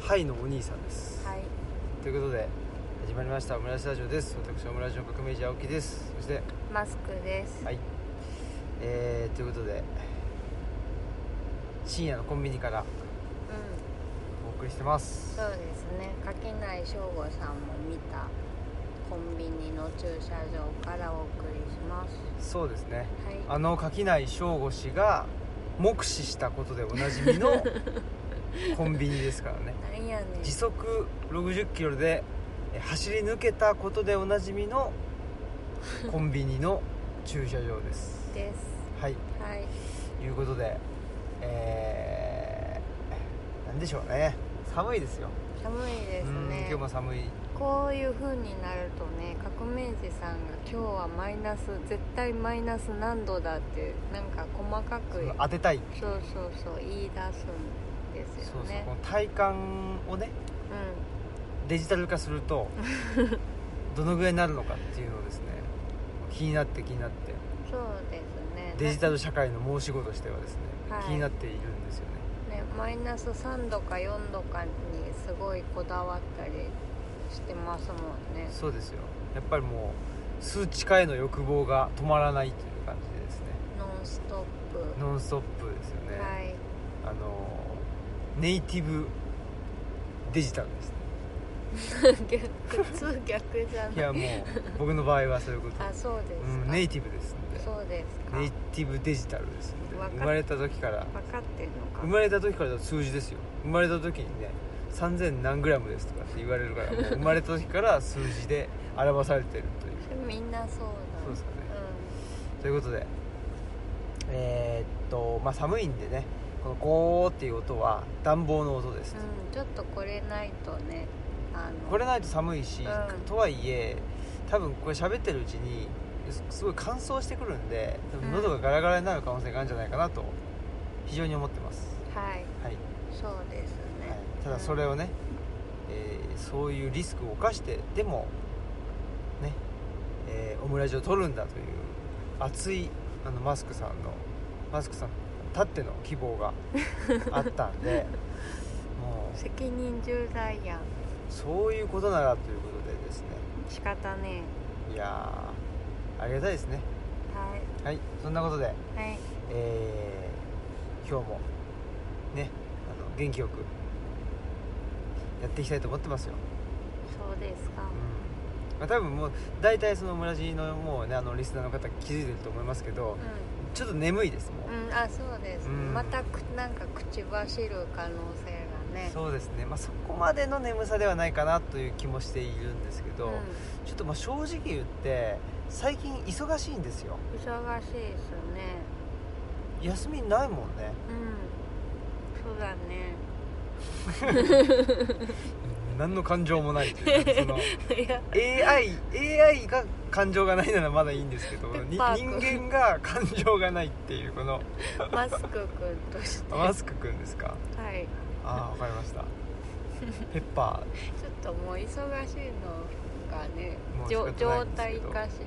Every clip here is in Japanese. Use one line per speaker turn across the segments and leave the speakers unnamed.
はいのお兄さんです、
はい
ということで始まりましたオムライスラジオです私オムライスの革命児青木ですそして
マスクです
はいえー、ということで深夜のコンビニから
うん
お送りしてます
そうですね垣内翔吾さんも見たコンビニの駐車場からお送りします
そうですね
は
あの垣内翔吾氏が目視したことでおなじみのコンビニですからね
いなんやねん
時速60キロでえ走り抜けたことでおなじみのコンビニの駐車場です
です
はい
はい
いうことでえー、なんでしょうね寒いですよ
寒いです
うん
ね
今日も寒い
こういう風になるとね革命児さんが今日はマイナス絶対マイナス何度だってなんか細か
そ
く
の当てたい
そうそうそう言い出すんです
そう
よ
そう
ね
この体感をねデジタル化する とどのぐらいになるのかっていうのをですね気になって気になって
うんそうですね
デジタル社会の申し子としてはですね、
はい
気になっているんですよね
ね、マイナス3度か4度かにすごいこだわったりしてますもんね
そうですよやっぱりもう数値化への欲望が止まらないという感じでですね
ノンストップ
ノンストップですよね、
はい
あのネイティブデジタルですね
逆普通逆じゃ
い
ない
やもう僕の場合はそういうこと、
あそうですか、
うん、ネイティブですんで
そうですか
ネイティブデジタルですんで
わかっ
生まれた時から
分かってんのか
生まれた時からだと数字ですよ生まれた時にね3000何グラムですとかって言われるからもう生まれた時から数字で表されてるという
みんなそうだ
そうですかね
う
ということでえーっとまあ寒いんでねこのゴーっていう音は暖房の音です、
ん、うん、ちょっとこれないとねあの
これないと寒いし、
うん
とはいえ多分これ喋ってるうちにすすごい乾燥してくるんで多分喉がガラガラになる可能性があるんじゃないかなと非常に思ってます、
はい
はい
そうですね、
はいただそれをね、えーそういうリスクを冒してでもね、えーオムラジを取るんだという熱いあのマスクさんのマスクさんたっての希望があったんでもう
責任重大やん
そういうことならということでですね
仕方ね
いやーありがたいですね
えはい
はいそんなことで、
はい
えー今日もねあの元気よくやっていきたいと思ってますよ
そうですか、
まあ、多分もう大体その村地のもうねあのリスナーの方気づいてると思いますけど
うん
ちょっと眠いですもう、
うん、あそうです、
うん
またくなんか口走る可能性がねう
そうですね、まあ、そこまでの眠さではないかなという気もしているんですけど、ちょっとまあ正直言って最近忙しいんですよ
ん、忙しいですね
休みないもんね
うんそうだね
何の感情もないというかそ の
いや
AI, AI が感情がないならまだいいんですけど
ペッ
に人
パーくん
間が感情がないっていうこの
マスクくんとしては
マスクくんですか
い
ああ分かりました ペッパー
ちょっともう忙しいのがね
もう
じょ
仕方ないん
状
です
態
けど
化しす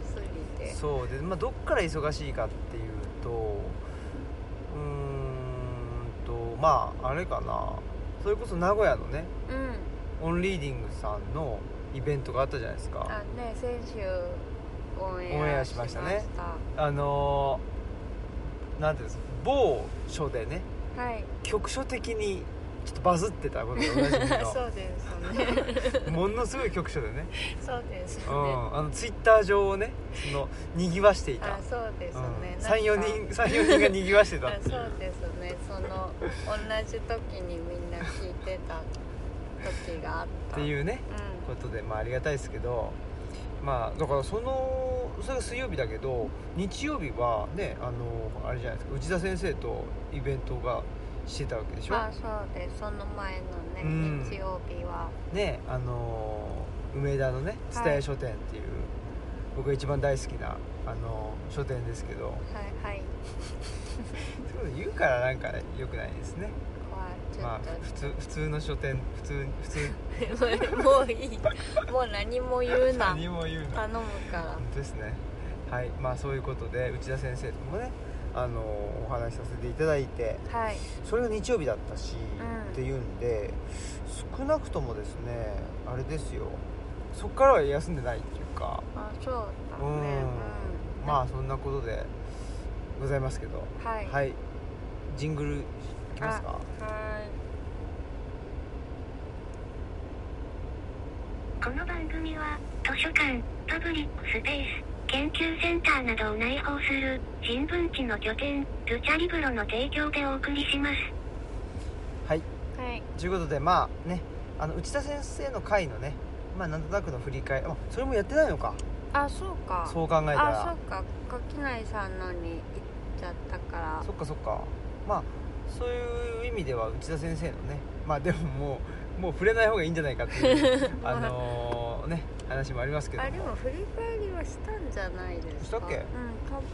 ぎて
そうで、まあ、どっから忙しいかっていうとうーんとまああれかなそれこそ名古屋のね
うん
オンリーディングさんのイベントがあったじゃないです
あ
か
ね先週オン
オン
エ
エ
ア
ア
し
し
ま
ま
し
したたねあのー、なんていうんですか某所でね
はい
局所的にちょっとバズってたことでおなじみ
そうです ね
のものすごい局所 でね、
そうですね、
うん、あのツイッター上をねそのにぎわしていた
あ、そうですね、なんか
34人三四人がにぎわしてた
あ
ってい
そううですねその同じ時にみんな聞いてた時があった
って
う、
いうね
う
ことでまあありがたいですけどまあだからそのそれが水曜日だけど日曜日はねあのあれじゃないですか内田先生とイベントがしてたわけでし
ん、
ょ
あそうですその前のね、
うん
日曜日は
ねあの梅田のね蔦屋書店っていう、僕が一番大好きなあの書店ですけど
はいはい
そういうの言うからなんか良くないですね
怖いちょ
まあ普通普通の書店普通普通
っと、 もういいもう何も言うな
何も言うな
頼むから
ですねはいまあそういうことで内田先生ともねあのお話しさせていただいて
はい
それが日曜日だったし、
うん
っていうんで少なくともですねあれですよそっからは休んでないっていうか
あそうだ
う
ね
ん、
うん
まあそんなことでございますけど
あはい
はいいジングルいきますか
はい
この番組は図書館パブリックスペース研究センターなどを内包する新聞地の拠点ルチャリブロの提供でお送りします
はい
はい
ということでまあねあの内田先生の回のねまあなんとなくの振り返りあそれもやってないのか
あそうか
そう考えた
あそ
ら
うか垣内さんのに行っちゃったから
そっかそっかまあそういう意味では内田先生のねまあでももうもう触れない方がいいんじゃないかっていう あのね話もありますけど
あでも振り返りはしたんじゃないですか
したっけ
うん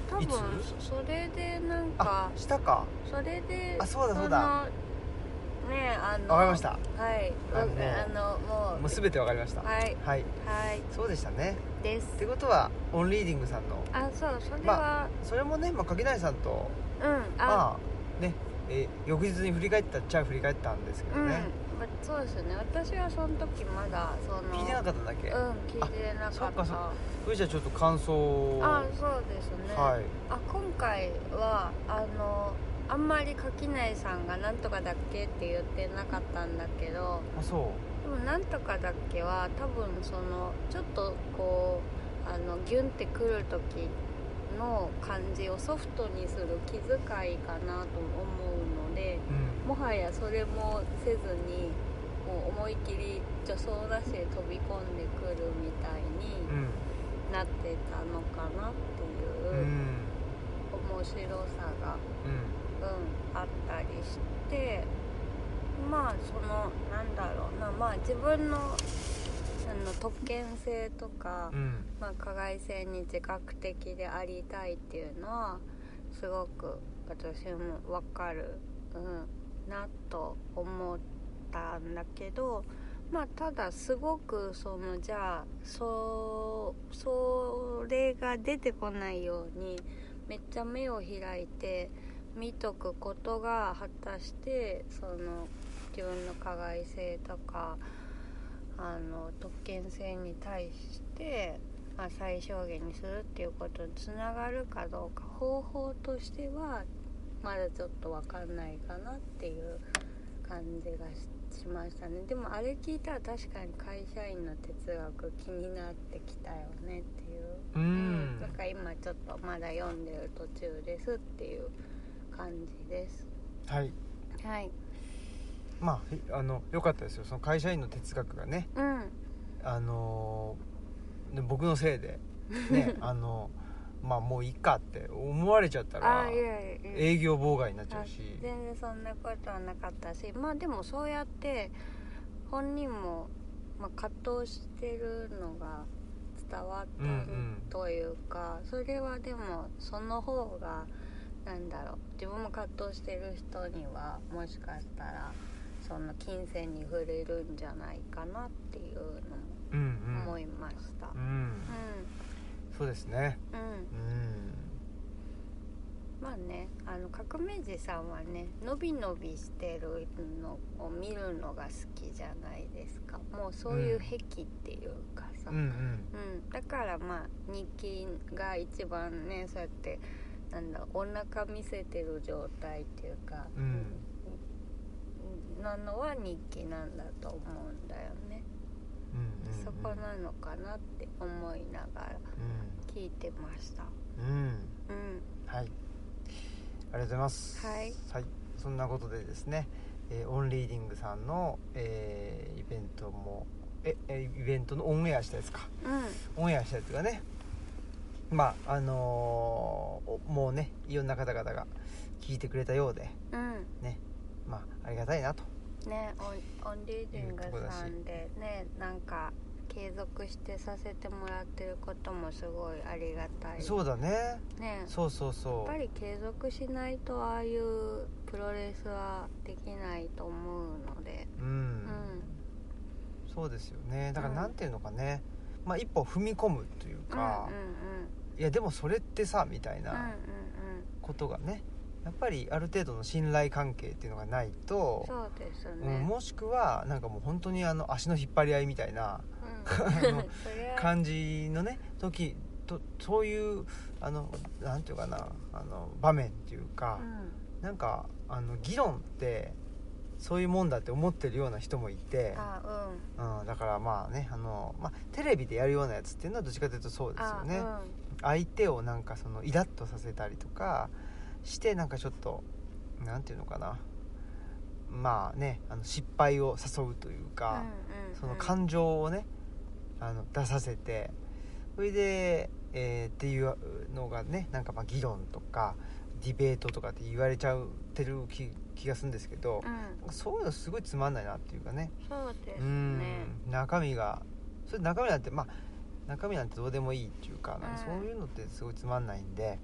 た多
いつ
分そそれでなん
あ
か
したか
それで
あそうだそうだ
そのねあの
わかりました
はい
あの
あ
ね
のもう
もう全てわかりました
はい
はい
はい
そうでしたね
です
ってことはオンリーディングさんの
あそうそれは、
それもね、まあ、垣内さんと
うんあ、
まあねえー翌日に振り返ったっちゃ振り返ったんですけ
う
ど
ん、ま
ね、
そうですよね私はその時まだその
聞いてなかったんだっけ、
うん聞いてなか
そ
っ
う
た
かそうそれじゃあちょっと感想を
あそうですね、
はい
あ今回はあのあんまり垣内さんが「なんとかだっけ?」って言ってなかったんだけど
あそ
でも「なんとかだっけ?」は多分そのちょっとこうあのギュンってくる時の感じをソフトにする気遣いかなと思うので
ううん
もはやそれもせずにもう思い切り助走なしで飛び込んでくるみたいに。
うん
なってたのかなって
う
いうん面白
うん
さが、うん、あったりしてまあそのなんだろうなまあ自分のあの特権性とか、
うん
まあ、加害性に自覚的でありたいっていうのはすごく私もわかる、うん、なと思ったんだけどまあただすごくそのじゃあそうそれが出てこないようにめっちゃ目を開いて見とくことが果たしてその自分の加害性とかあの特権性に対して、まあ、最小限にするっていうことにつながるかどうか方法としてはまだちょっと分かんないかなっていう感じがししましたねでもあれ聞いたら確かに会社員の哲学気になってきたよねっていう。
う
うん
ん
なんか今ちょっとまだ読んでる途中ですっていう感じです
はい
はい
まあひあのよかったですよその会社員の哲学がね
うん
あのーね僕のせいで ねあのまあもういいかって思われちゃった
あ
ら
いやいやいや
営業妨害になっちゃうし
あ全然そんなことはなかったしまあでもそうやって本人も、まあ、葛藤してるのが伝わった
うんうん
というか、それはでもその方がなんだろう自分も葛藤してる人にはもしかしたらその金銭に触れるんじゃないかなっていうのも
うん
思いました
うん、うん、
う
そうですね
んう
う
ん
ん
まあねあの革命児さんはねのびのびしてるのを見るのが好きじゃないですかもうそういう癖っていうかさ、
うんうん
うん、だからまあ日記が一番ねそうやってなんだろうお腹見せてる状態っていうか、
うん
うんなのは日記なんだと思うんだよね、
うんうん
そこなのかなって思いながら聞いてました
うん、うん
うん
はい。ありがとうございます。
はい。
そんなことでですね、えーオンリーディングさんの、えーイベントもええイベントのオンエアしたやつか、
うん
オンエアしたやつがね、まああのーおもうねいろんな方々が聞いてくれたようで、
うん
まあありがたいなと。
ねオンオンリーディングさんでねなんか継続してさせてもらってることもすごいありがたい
そうだね。
ね
そうそう
やっ
そ
ぱり継続しないとああいうプロレスはできないと思うので
う。うん。そうですよね。だからなんていうのかね。まあ一歩踏み込むという
うんうん
か、いやでもそれってさみたいな、
うんうんうんうん
ことがねやっぱりある程度の信頼関係っていうのがないと、
そうです
うん
ね、
もしくはなんかもう本当にあの足の引っ張り合いみたいな
うん
の
それは
感じのね時とそういうあのなんていうかなあの場面っていうか
う、ん
なんかあの議論ってそういうもんだって思ってるような人もいて、
あうん
うん、だからまあねあの、まあ、テレビでやるようなやつっていうのはどっちかというとそうですよ
あ
ね、相手をなんかそのイラッとさせたりとかしてなんかちょっとなんていうのかなまあねあの失敗を誘うという
うん
か、
うんうん
その感情をねあの出させてそれで、えーっていうのがねなんかまあ議論とかディベートとかって言われちゃうてる気気がするんですけど
う、ん
そういうのすごいつまんないなっていうかね
そうです
う
ね
ん中身がそれ中身なんてまあ中身なんてどうでもいいっていうかなんか
うん
そういうのってすごいつまんないんで、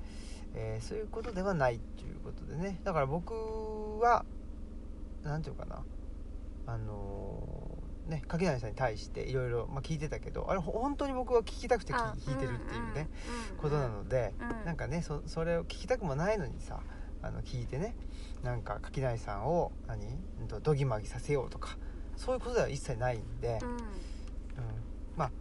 えーそういうことではないっていうことでねだから僕は何て言うかなあのーね柿谷さんに対していろいろまあ聞いてたけどあれほ本当に僕は聞きたくて
あ
聞いてるっていうね、
うんうんうん
ことなので、
うん
なんかねそそれを聞きたくもないのにさあの聞いてねなんか柿内さんを何うんとどぎまぎさせようとかそういうことでは一切ないんで、
う
うん
ん
まあ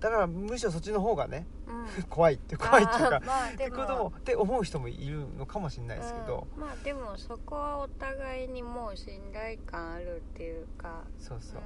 だからむしろそっちの方がね
うん
怖いって怖いっていう
あ
か
ーまあ
って
で
こともって思う人もいるのかもしれないですけど、
うんまあでもそこはお互いにもう信頼感あるっていうか
そうそう。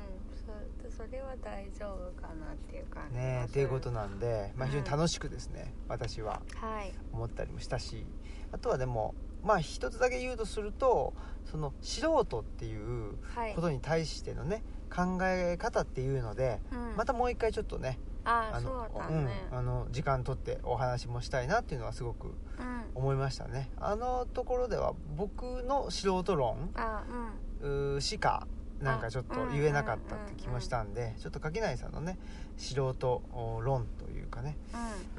うん、そそれは大丈夫かなっていう感じが
ねえ
する
っていうことなんで、まあ、
うん
非常に楽しくですね、私は
はい
思ったりもしたしあとはでもまあ一つだけ言うとするとその素人っていう
はい
ことに対してのね考え方っていうので
うん
またもう一回ちょっとね
ああ
の
そうだね
うんあの時間取ってお話もしたいなっていうのはすごく
うん、
思いましたねあのところでは僕の素人論
あうん
うーしかなんかちょっと言えなかったって気もしたんでちょっと垣内さんのね素人論というかね、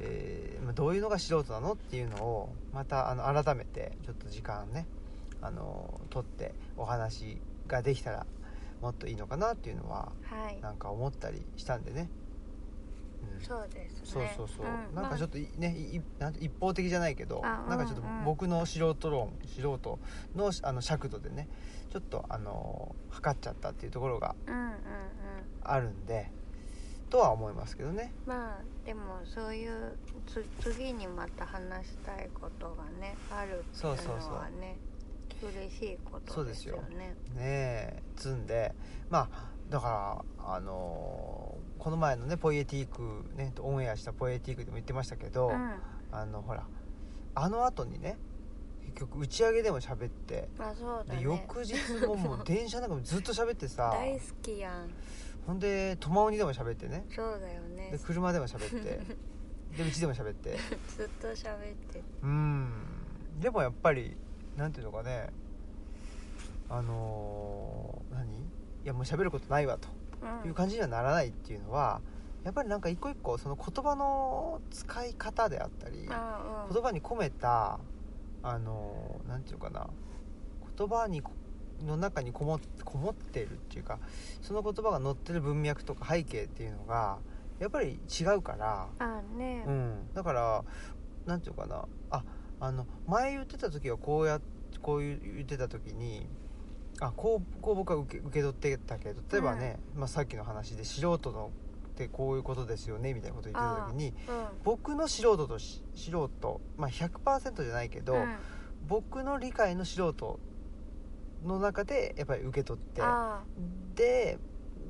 う
えーまあどういうのが素人なのっていうのをまたあの改めてちょっと時間ねあの取ってお話ができたらもっといいのかなっていうのは
んはい
なんか思ったりしたんでね、うん、
そうですね
そうそうそう、
ん、
なんかちょっ
っ
といねいいなんて一方的じゃないけど
あ
なんかちょっと
うんうん
僕の素人論素人のあの尺度でねちょっとあの測っちゃったっていうところが
と、うんうんうん、
あるんでとは思いますけどね
まあでもそういうつ次にまた話したいことがねあるって
そう
い
そう
う
そう
のはね嬉しいこ
そ
と
うで
ですす
よ
よね
ねえ積んでまあだからあのこの前のねポイエティークねオンエアしたポイエティークでも言ってましたけど、
うん
あのほらあの後にね結局打ち上げでも喋って
まあそうだ
で
ね
翌日ももう電車の中もずっと喋ってさ
大好きやん
ほんでトマオニでも喋ってね
そうだよね
で車でも喋って でうちでも喋って
ずっと喋って
うんでもやっぱりなんていうのかねあのー何いやもう喋ることないわと
うん
いう感じにはならないっていうのはやっぱりなんか一個一個その言葉の使い方であったり
ああうん
言葉に込めたあのなんていうかな言葉にこの中にこもこもってるっていうかその言葉が載ってる文脈とか背景っていうのがやっぱり違うから、
あね
うん、だからなんていうかなああの前言ってた時はこうやこういう言ってた時にあこうこう僕は受け受け取ってたけど例えばね、まあ、さっきの話で素人のってこういうことですよねみたいなこと言ってた時に
うん
僕の素人とし素人、まあ、100%じゃないけど、
うん
僕の理解の素人の中でやっぱり受け取って
あ
で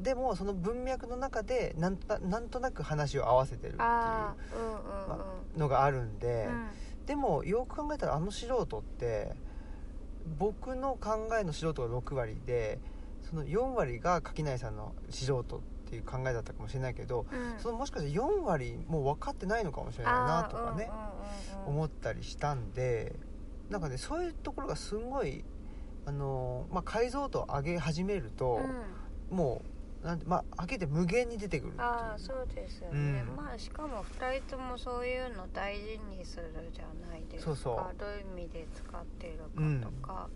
でもその文脈の中でなんとななんとなく話を合わせてるってい
ああうんうん
うのがあるんで、
うんうん
でもよく考えたらあの素人って僕の考えの素人が6割でその4割が垣内さんの素人っていう考えだったかもしれないけど
うん
そのもしかして4割もう分かってないのかもしれないなとかね。
っ
思ったりしたんでなんかねそういうところがすごいあのー、まあ、解像度を上げ始めると、もうなんてまあ開けて無限に出てくるっていう
ああそうですよね、
うん
まあしかも2人ともそういうの大事にするじゃないですか
そうそ
どういう意味で使ってる
うん
かとか、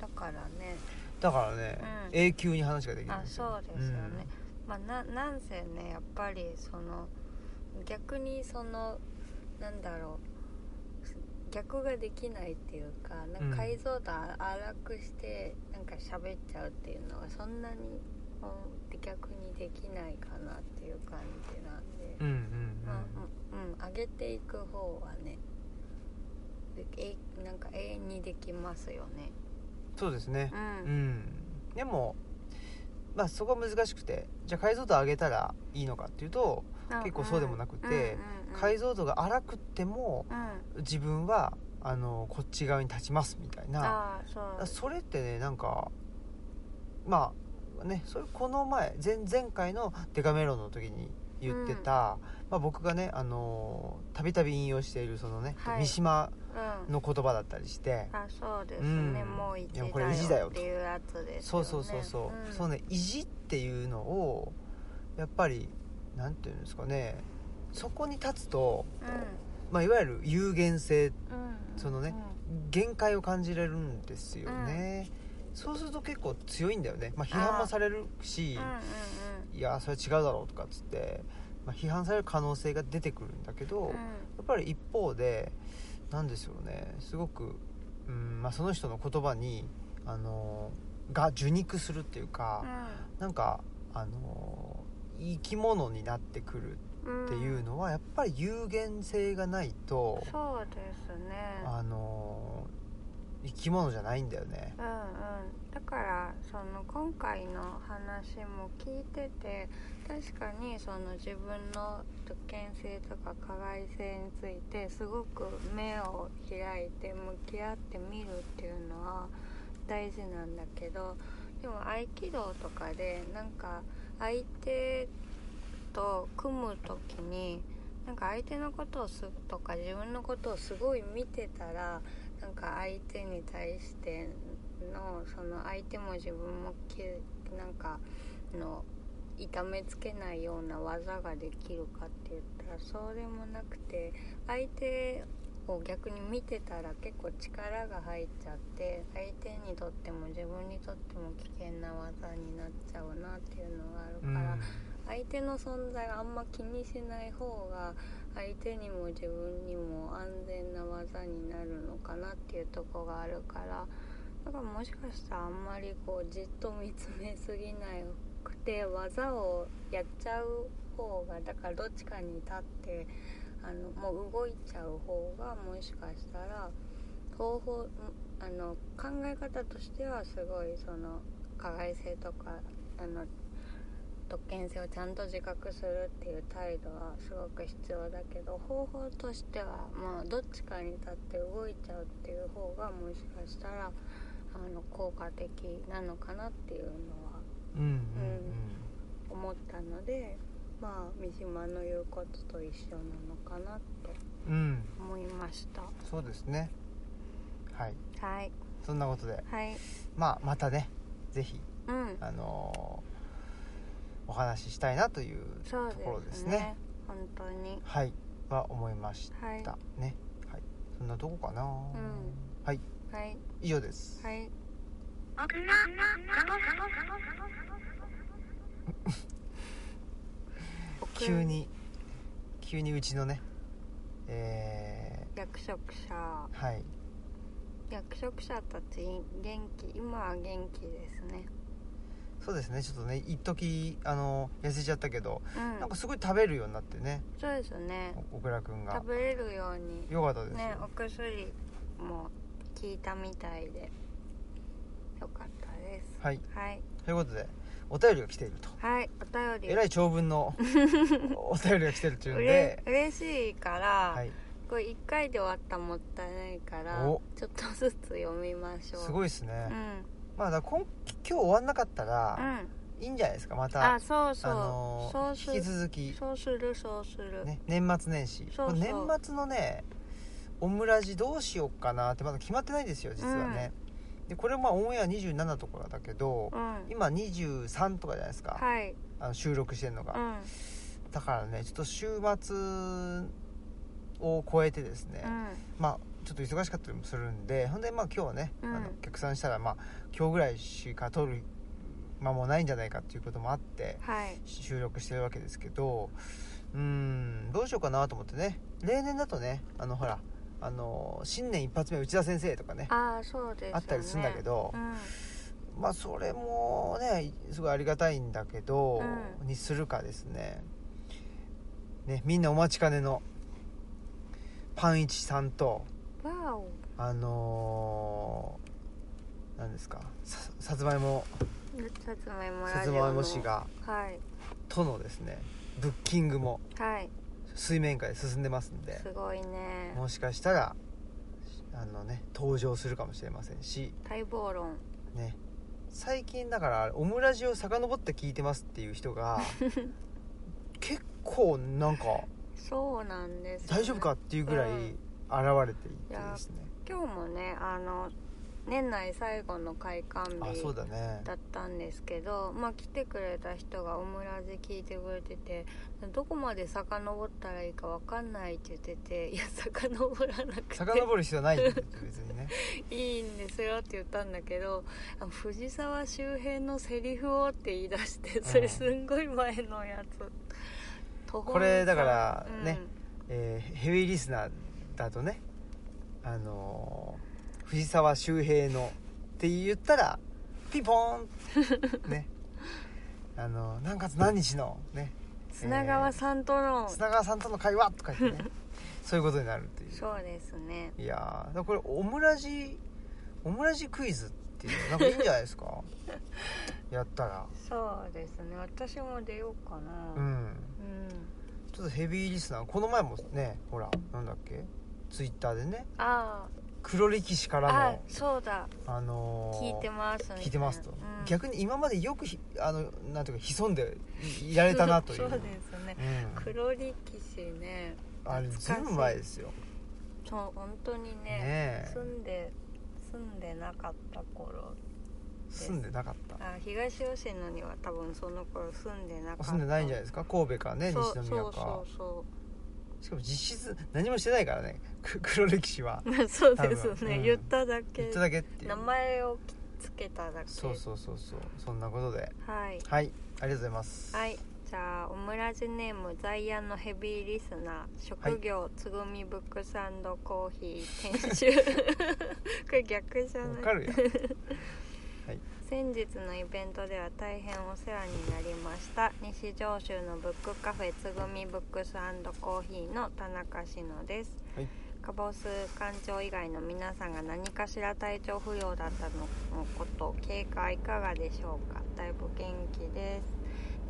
だからね
だからね、
うん
永久に話ができるん
あ
ですよ
そうですよね、まあななんせねやっぱりその逆にそのなんだろう逆ができないっていうかなんか解像度あ荒くしてなんか喋っちゃうっていうのはそんなにうん逆にできないかなっていう感じなんで、
うんうん
まあうんうん、上げていく方はねでえなんか永遠にできますよね。
そうですね
う
うん、
ん、
でもまあそこは難しくてじゃあ解像度上げたらいいのかっていうと結構そうでもなくて解
像
像度が荒くっても
うん
自分はあのこっち側に立ちますみたいな
ああそう
それってねなんかまあねそれこの前前前回のデカメロンの時に言ってた、まあ、僕がねあのーたびたび引用しているそのね、
はい
三島
うん
の言葉だったりして、
あそうですね、
うん
もう一
いやこれ意地だ
だ
よ
よ
と
っていうやつです
そ
よ
う
ね
そうそうそう、
ん
そのね意地っていうのをやっぱりなんていうんですかねそこに立つと、
う
まあ、いわゆる有限性
んうん
そのね
うん
限界を感じれるんですよね、そうすると結構強いんだよね、まあ、批判もされるし、いやそれ違うだろうとかっつって、まあ、批判される可能性が出てくるんだけど、
うんうんうん
やっぱり一方でなんでしょうねすごく、うんまあ、その人の言葉にあのが受肉するっていうか、なんかあの生き物になってくる
うんうん
っていうのはやっぱり有限性がないと、
そうですね
あの生き物じゃないんだよね。
うんうんだからその今回の話も聞いてて確かにその自分の特権性とか加害性についてすごく目を開いて向き合ってみるっていうのは大事なんだけどでも合気道とかでなんか相手と組む時になんか相手のことをすとか自分のことをすごい見てたらなんか相手に対してのその相手も自分もけなんかの痛めつけないような技ができるかって言ったらそうでもなくて相手を逆に見てたら結構力が入っちゃって相手にとっても自分にとっても危険な技になっちゃうなっていうのがある
う
か
ん
ら、相手の存在をあんま気にしない方が相手にも自分にも安全な技になるのかなっていうとこがあるからだからもしかしたらあんまりこうじっと見つめすぎなくて技をやっちゃう方がだからどっちかに立ってあのもう動いちゃう方がもしかしたら方法んあの考え方としてはすごいその加害性とかあの特権性をちゃんと自覚するっていう態度はすごく必要だけど方法としてはまあどっちかに立って動いちゃうっていう方がもしかしたらあの効果的なのかなっていうのは
うんうん
思ったのでまあ三島の言うことと一緒なのかなと
うんうん
思いました
そうですねはい
はい
そんなことで
はい
まあまたねぜひ
うん
あのーお話ししたいなという
そう
ところ
で
です
す
ね
ね本当に
はいは思いまし
はい
たねはいそんなとこかな、はい
はい
以上です、
はい
僕らサボサボサボサボ
急に急にうちのねえ
役職者
ー、はい
役職者たち元気今は元気ですね
そうですねちょっとね一時あの痩せちゃったけど、
うん
なんかすごい食べるようになってね
そうですね
お小倉くんが
食べれるように
よかったですよ、
ねお薬も効いたみたいでよかったです
はい
はい
ということでお便りが来ていると
はいお便り
えらい長文 のお便りが来てるっていう
うんれ
で
嬉しいから、
はい
これ1回で終わったらもったいないから
お
ちょっとずつ読みましょう
す
い
ごいですね、
うん
まあだから今今日終わんなかった
う
ら、
ん
いいんじゃないですかまた
あそうそう、
あのー
そうす
引き
る
続き、
そうするそうする、
ね、年末年始
そうそう
これ年末のねオムラジどうしようかなってまだ決まってないんですよ実はね、でこれまあオンエア27とかだけど
う、ん
今23とかじゃないですか、
はい
あの収録してるのが、
うん
だからねちょっと週末を超えてですね、
うん
まあちょっと忙しかったりもするんでほんでまあ今日はね、
うん
あの逆算したらまあ今日ぐらいしか撮る間もないんじゃないかっていうこともあって
はい
収録してるわけですけどうーんどうしようかなと思ってね例年だとねあのほらあの新年一発目内田先生とかね
ああそうですよね
あったりするんだけど
うん
まあそれもねすごいありがたいんだけど、
う
にするかですねねみんなお待ちかねのパンイチさんと
わお
あのー、何ですかささつまいも
さつまいも
さ
ラ
つ
ジオの
まいも氏が
はい
とのですねブッキングも
はい
水面下で進んでますんです
ごいね
もしかしたらあのね登場するかもしれませんし
待望論
ね最近だからオムラジを遡って聞いてますっていう人 が結構なんか
そうなんですよね、
大丈夫かっていうぐらい
うん
現れていてですね、
今日もねあの年内最後の開館
あ
日
そうだね
だったんですけど、まあ、来てくれた人がオムラジ聞いてくれててどこまで遡ったらいいかわかんないって言ってていや遡らなくて
遡る必要ないんだよ別 にね
いいんですよって言ったんだけどあ藤沢周辺のセリフをって言い出してそれすんごい前のやつ、途方に
これだから
さ
ねえーヘビーリスナーだとねあのー藤沢周平のって言ったらピンポーン ねあのー何月何日のね
砂川さんとの、
砂川さんとの会話とか言ってねそういうことになるっていう
そうですね
いやーだからこれオムラジオムラジクイズっていうのなんかいいんじゃない ですかやったら
そうですね私も出ようかな
うん
うん
ちょっとヘビーリスナーこの前もねほらなんだっけツイッターでね
あ
黒歴史か
あ
ら
あ
の
そうだ
あのー
聞いてますみたいな
聞いてますと、
うん
逆に今までよくひあのなんていうか潜んでいいられたなという
そうですね
うん、
黒力士ね
あれずいぶん前ですよ
そう本当に
ね
ね
え
住んで住んでなかった頃
住んでなかった
あ東吉野には多分その頃住んでなかった
住んでないんじゃない
い
ですか神戸かね
そう
西宮
そう
か
そうそ
しかも実質何もしてないからねく 黒歴史は
うまあそう です
多分
ね、
うん
言っただけ
言っただけっていう
名前をつけただけ
そうそうそうそうそんなことで
はい
はいありがとうございます
はいじゃあオムラジネーム在野のヘビーリスナー職業、つぐみブックサンドコーヒー店主 これ逆じゃ
わ
ない
かるやん
先日のイベントでは大変お世話になりました西上州のブックカフェつぐみブックスコーヒーの田中志乃です、
はい
カボス館長以外の皆さんが何かしら体調不良だったののこと経過いかがでしょうかだいぶ元気です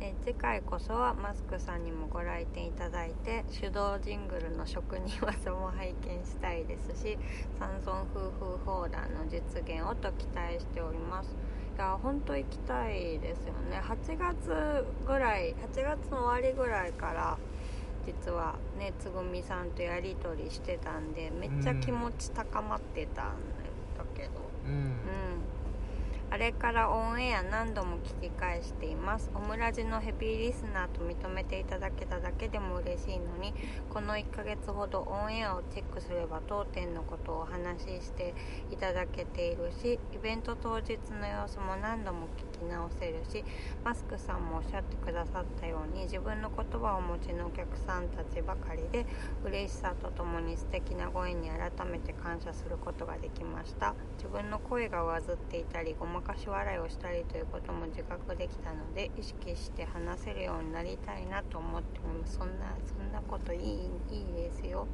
えー次回こそはマスクさんにもご来店いただいて手動ジングルの職人技も拝見したいですし山村夫婦砲弾の実現をと期待しておりますいや本当行きたいですよね8月ぐらい8月の終わりぐらいから実はねつぐみさんとやり取りしてたんでめっちゃ気持ち高まってたんだけど、
うん
うん、あれからオンエア何度も聞き返していますオムラジのヘビーリスナーと認めていただけただけでも嬉しいのにこの1ヶ月ほどオンエアをチェックすれば当店のことをお話ししていただけているしイベント当日の様子も何度も聞き直せるしマスクさんもおっしゃってくださったように自分の言葉をお持ちのお客さんたちばかりで嬉しさとともに素敵なご縁に改めて感謝することができました自分の声が上ずっていたりごまかし笑いをしたりということも自覚できたので意識して話せるようになりたいなと思っておりますそんなそんなこといいいいですよ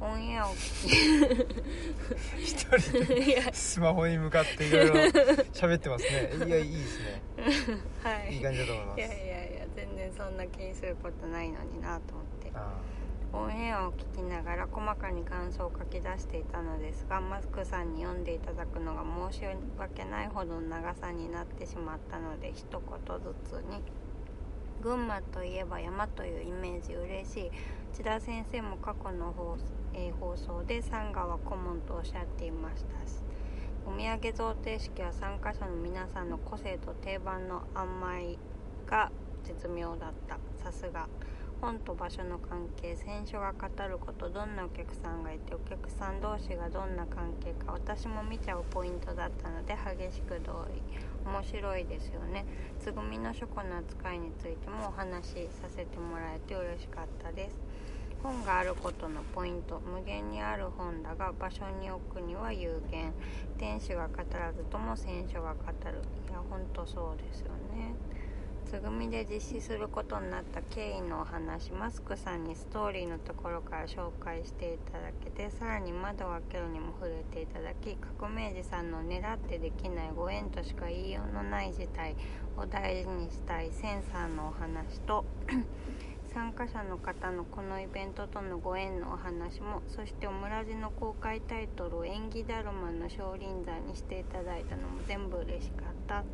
オンエアを
一人
聞きいや
でスマホに向かっていろいろ喋ってますねいやいいですね
はい
いい
い
感じだと思います
やいやいや全然そんな気にすることないのになと思って
あ
オンエアを聞きながら細かに感想を書き出していたのですがマスクさんに読んでいただくのが申し訳ないほどの長さになってしまったので一言ずつに群馬といえば山というイメージ嬉しい千田先生も過去の放,、えー放送で三河顧問とおっしゃっていましたしお土産贈呈式は参加者の皆さんの個性と定番の甘いが絶妙だったさすが本と場所の関係選手が語ることどんなお客さんがいてお客さん同士がどんな関係か私も見ちゃうポイントだったので激しく同意面白いですよねつぐみの書庫の扱いについてもお話しさせてもらえて嬉しかったです本があることのポイント無限にある本だが場所に置くには有限天使が語らずとも選手が語るいやほんとそうですよねつぐみで実施することになった経緯のお話マスクさんにストーリーのところから紹介していただけてさらに窓を開けるにも触れていただき革命児さんの狙ってできないご縁としか言いようのない事態を大事にしたいセンサーのお話と 参加者の方のこのイベントとのご縁のお話もそしてオムラジの公開タイトルを「縁起だるまの少林山」にしていただいたのも全部嬉しかった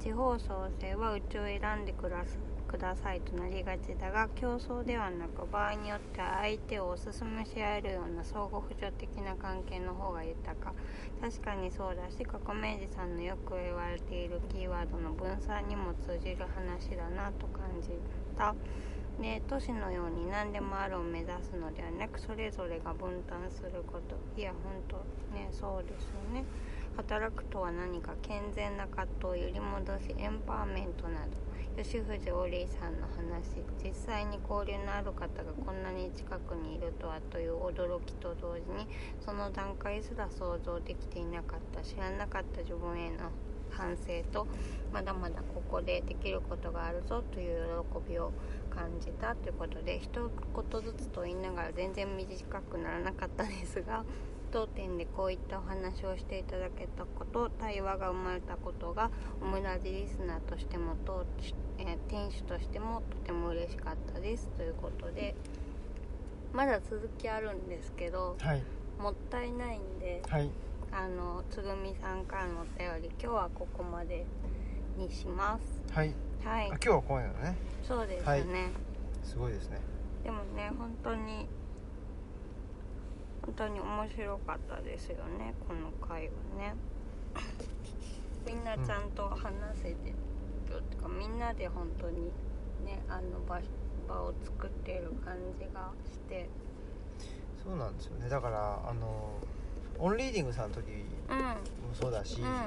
地方創生はうちを選んでくださくださいとなりがちだが競争ではなく場合によっては相手をおすすめし合えるような相互扶助的な関係の方が豊か確かにそうだし革命児さんのよく言われているキーワードの分散にも通じる話だなと感じた。で都市のように何でもあるを目指すのではなくそれぞれが分担することいや本当ねそうですよね働くとは何か健全な葛藤を揺り戻しエンパワーメントなど吉藤オリーさんの話実際に交流のある方がこんなに近くにいるとはという驚きと同時にその段階すら想像できていなかった知らなかった自分への反省とまだまだここでできることがあるぞという喜びを感じたということで一言ずつと言いながら全然短くならなかったですが 当店でこういったお話をしていただけたこと対話が生まれたことがオムラジリスナーとしても当地、えー店主としてもとても嬉しかったですということでまだ続きあるんですけど
はい
もったいないんで。
はい
あのつぐみさんからのお便り今日はここまでにします
はい
は
あ
い
今日はこういうのね
そうですね、
はいすごいですね
でもね本当に本当に面白かったですよねこの回はねみんなちゃんと話せてるってかみんなで本当にねあの場場を作ってる感じがして
そうなんですよねだからあのオンリーディングさんの時
うんうん
もそうだし、
うん
ま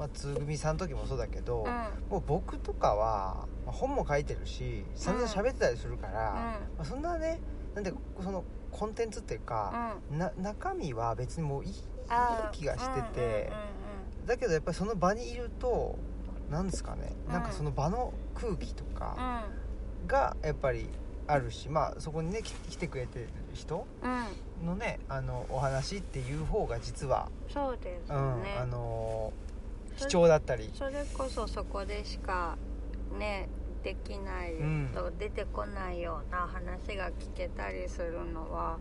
あ、つぐみさんの時もそうだけど、
うん
もう僕とかはまあ本も書いてるし散々喋ってたりするから、まあ、そんなねなんでそのコンテンツっていうか、
うん
な中身は別にもういいいい
あー
気がしてて、
うんうんうんうん
だけどやっぱりその場にいるとなんですかね、
うん
なんかその場の空気と
う
か
ん
がやっぱりあるしまあそこにねき来てくれてる人
うん
のねあのお話っていう方が実は、
そうです
う
よ
ん
ね、
あのー
そ
貴重だったり
それこそそこでしかねできない、
うん
と出てこないような話が聞けたりするのは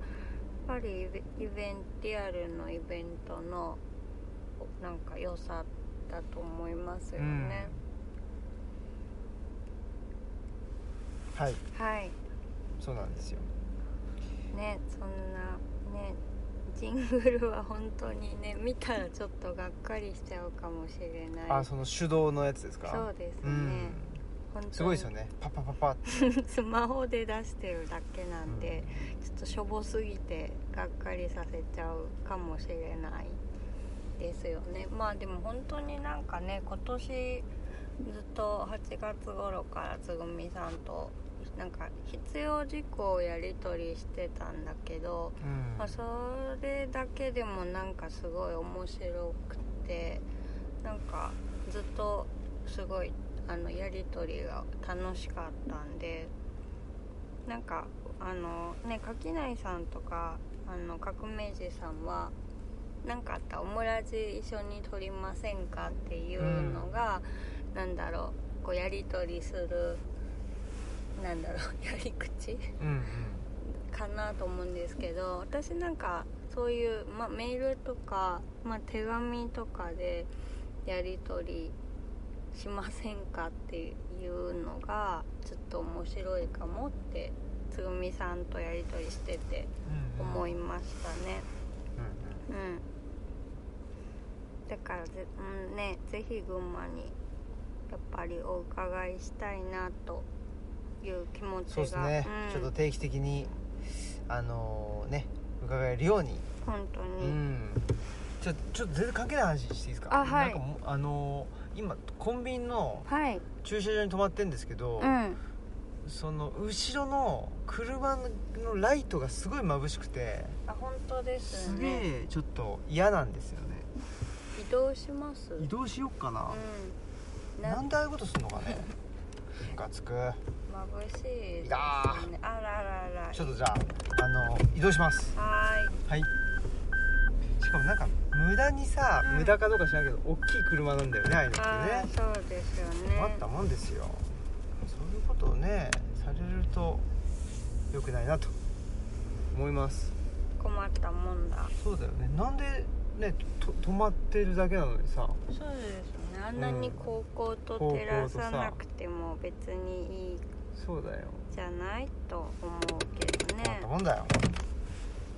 やっぱりイベイベンリアルのイベントのなんか良さだと思いますよね、
うん、はい
はい
そうなんですよ
ねそんなねジングルは本当にね見たらちょっとがっかりしちゃうかもしれない
あその手動のやつですか
そうですね、
うん
本当に
すごいですよねパッパッパッパッって
スマホで出してるだけなんで、ちょっとしょぼすぎてがっかりさせちゃうかもしれないですよねまあでも本当になんかね今年ずっと8月頃からつぐみさんとなんか必要事項をやり取りしてたんだけど、
うん
まあ、それだけでもなんかすごい面白くてなんかずっとすごいあのやり取りが楽しかったんでなんかあのね垣内さんとかあの革命児さんは何かあったらオムラジ一緒に撮りませんかっていうのが、なんだろうこうやり取りするなんだろうやり口
うんうん
かなと思うんですけど私なんかそういう、まあ、メールとか、まあ、手紙とかでやり取りしませんかっていうのがちょっと面白いかもってつぐみさんとやり取りしてて
うんうん
思いましたね。
うん
うんだからぜ、うん、ねぜひ群馬にやっぱりお伺いしたいなという気持
うん
ちが
そうですね、
うん
ちょっと定期的にあのね伺えるように
本当
う
に、
んちょちょっと全然関係ない話していいですか
あはい
なんかもうあのー今コンビニの
はい
駐車場に止まってんですけど、
うん
その後ろの車のライトがすごい眩しくて
あ本当です
す
よ
げ
ね
えちょっと嫌なんですよね
移動します
移動しよっかな、
うんな
なんでああいうことするのかねムカつく
眩しいです
いや
ねあららら
ちょっとじゃああの移動します
はーい
はいしかもなんか無駄にさ、
うん
無駄かどうか知らんけど大きい車なんだよねああいうのって
あー
ね
そうですよね
困ったもんですよそういうことをねされると良くないなと思います
困ったもんだ
そうだよねなんでねと止まってるだけなのにさ
そうですねあんなに高校と
うん
照らさなくても別にいい
そうだよ
じゃないと思うけどね
困ったもんだよ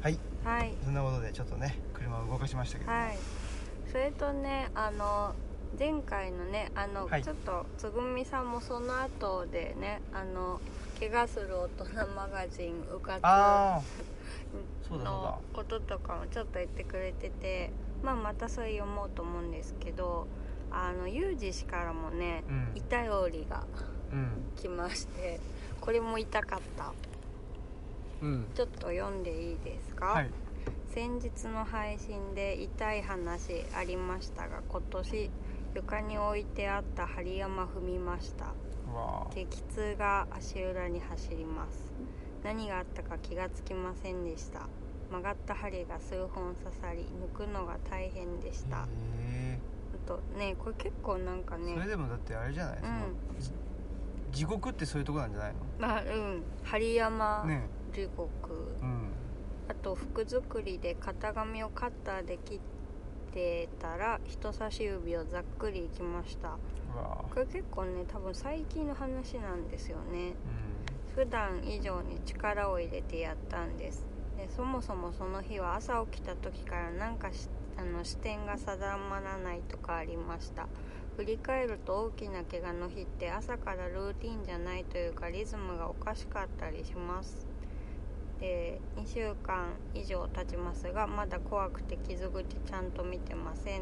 はい
そんなことでちょっとね車を動かしましたけど、
はいそれとねあの前回のねあの、
はい
ちょっとつぐみさんもその後でねあの怪我する大人マガジンうかつ
ああそうだそうだ
のこととかもちょっと言ってくれてて、まあ、またそれ読もうと思うんですけどあのユージ氏からもね
う
「
ん
いたより」が
うん
来ましてこれも痛かった
うん
ちょっと読んでいいですか、
はい
先日の配信で痛い話ありましたが今年床に置いてあった針山踏みました
うわー
激痛が足裏に走ります何があったか気がつきませんでした曲がった針が数本刺さり抜くのが大変でした、あ
へ
とねこれ結構なんか
えそれ
ね
でもだってあれじゃない、その
う
じ地獄ってそういうとこなんじゃない
まあうん針
の
山
ね
地獄、
うん
あと服作りで型紙をカッターで切ってたら人差し指をざっくりいきました
うわ
これ結構ね多分最近の話なんですよね
う
普段以上に力を入れてやったんですでそもそもその日は朝起きた時からなんかしあの視点が定まらないとかありました振り返ると大きな怪我の日って朝からルーティンじゃないというかリズムがおかしかったりしますで2週間以上経ちますがまだ怖くて傷口ちゃんと見てません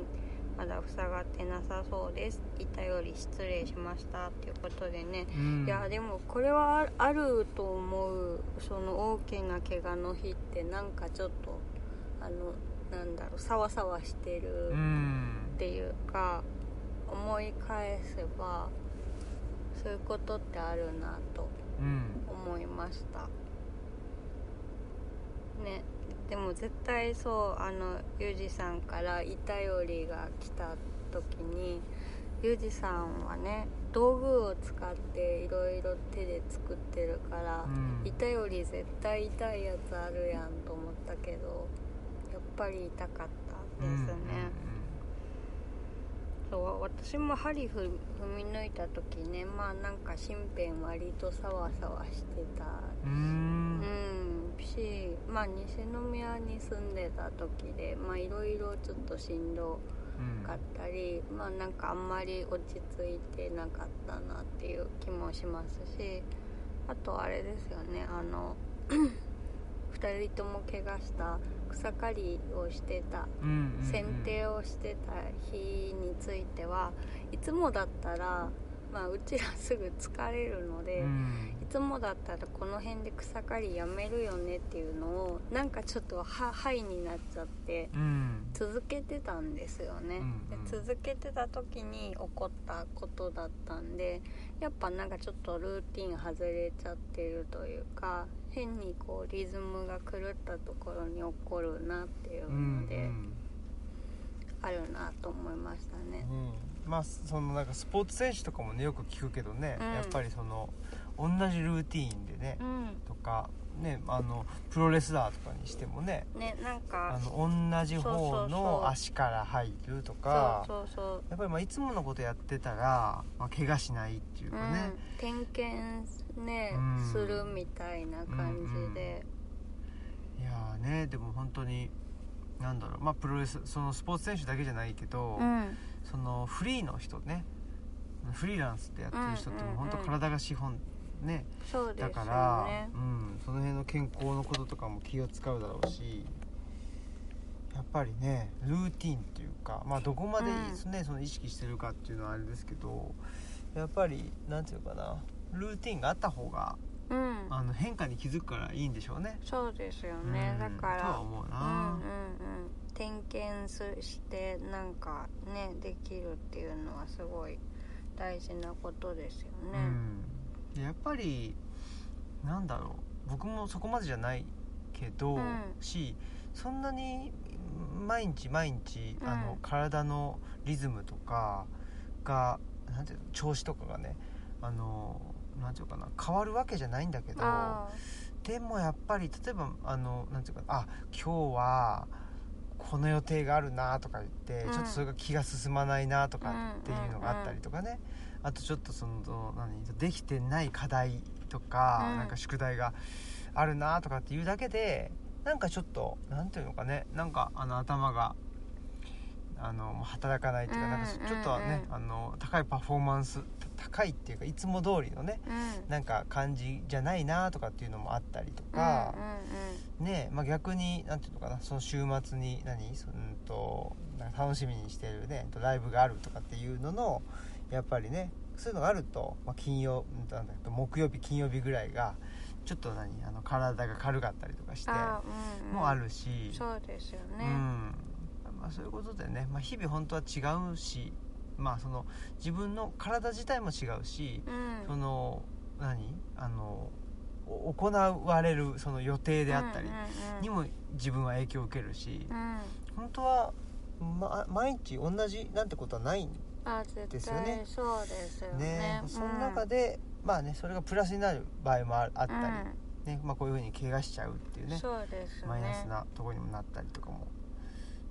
まだ塞がってなさそうですいたより失礼しましたということでね
んうん
いやでもこれはああると思うその大きな怪我の日ってなんかちょっとあのなんだろうさわさわしてる
うん
っていうか思い返せばそういうことってあるなと
うん
思いましたねでも絶対そうあのユージさんからいたよりが来た時にユージさんはね道具を使っていろいろ手で作ってるから
う、ん
いたより絶対痛いやつあるやんと思ったけどやっぱり痛かったですね、そう私も針ふ踏み抜いた時ねまあなんか身辺割とサワサワしてた
うんうんうん
うんしまあ西宮に住んでた時でまあいろいろちょっとしんど
うん
かったりまあなんかあんまり落ち着いてなかったなっていう気もしますしあとあれですよねあの 2人とも怪我した草刈りをしてた
うんうんうん
剪定をしてた日についてはいつもだったら、まあ、うちらすぐ疲れるので、
うん
いつもだったらこの辺で草刈りやめるよねっていうのをなんかちょっとは「はい」になっちゃって
うん
続けてたんですよね、
うんうん
で続けてた時に起こったことだったんでやっぱなんかちょっとルーティン外れちゃってるというか変にこうリズムが狂ったところに起こるなっていう
う
の
ん
で。あるなと思いましたね。
うんまあそのなんかスポーツ選手とかもねよく聞くけどね、
うん
やっぱりその同じルーティーンでね、
うん。
とかねあのプロレスラーとかにしてもね
ねなん
あ
か
の同じ
そうそ
方
うそう
の足から入るとか
そうそう
やっぱりまあいつものことやってたら、まあ、怪我しないっていう
そう。う
かね
ん、、点検ね、
うん
するみたいな感じで、
いやーねでも本当になんだろうまあプロレスそのスポーツ選手だけじゃないけど、
うん、
そのフリーの人ねフリーランスでやってる人って
うんうん
も
うん
う本当体が資本ね
そうです
だ
よね。
から、うん、その辺の健康のこととかも気を使うだろうしやっぱりねルーティンっていうか、まあ、どこまで、
うん
ねその意識してるかっていうのはあれですけどやっぱりなんていうのかなルーティンがあった方が
うん
あの変化に気づくからいいんでしょうね。
そうですよね、
うん
だか
とは
ら
思う
うん
な
うん、うん点検すしてなんかねできるっていうのはすごい大事なことですよ
う
ね、
でやっぱりなんだろう僕もそこまでじゃないけど、
うん
しそんなに毎日毎日、あ
う
の
ん
体のリズムとかがなんていうの調子とかがねあのなんていうのかな変わるわけじゃないんだけど
あ
でもやっぱり例えばあのなんていうかあ今日はこの予定があるなとか言って、
うん
ちょっとそれが気が進まないなとかっていうのがあったりとかね、あとちょっとそのどう何できてない課題とか、
うん
なんか宿題があるなとかっていうだけでなんかちょっとなんていうのかねなんかあの頭が。あのもう働かないっていうか,、
うん
なんかちょっとはね、
うんう
あの高いパフォーマンス高いっていうかいつも通りのね
ーうん
なんか感じじゃないなとかっていうのもあったりと
うん
か
う、ん
ねまあ、逆になんていうのかなその週末に何そうんとなんか楽しみにしてるねとライブがあるとかっていうののやっぱりねそういうのがあると、まあ、金曜うんとなんだっけ木曜日金曜日ぐらいがちょっと何あの体が軽かったりとかして
あーうんうん
もあるし、
そうですよ
う
ね、
んまあ、そういうことでね、まあ、日々本当は違うし、まあ、その自分の体自体も違うし、
うん
その何あのお行われるその予定であったりにも自分は影響を受けるし
うん、うんうん
本当は、ま、毎日同じなんてことはないん
あ絶
ですよね
対そうですよね
ねその中
で
で、まあねそれがプラスになる場合もああったり、ねまあ、こういうふうに怪我しちゃうっていうね
そうですね
マイナスなところにもなったりとかも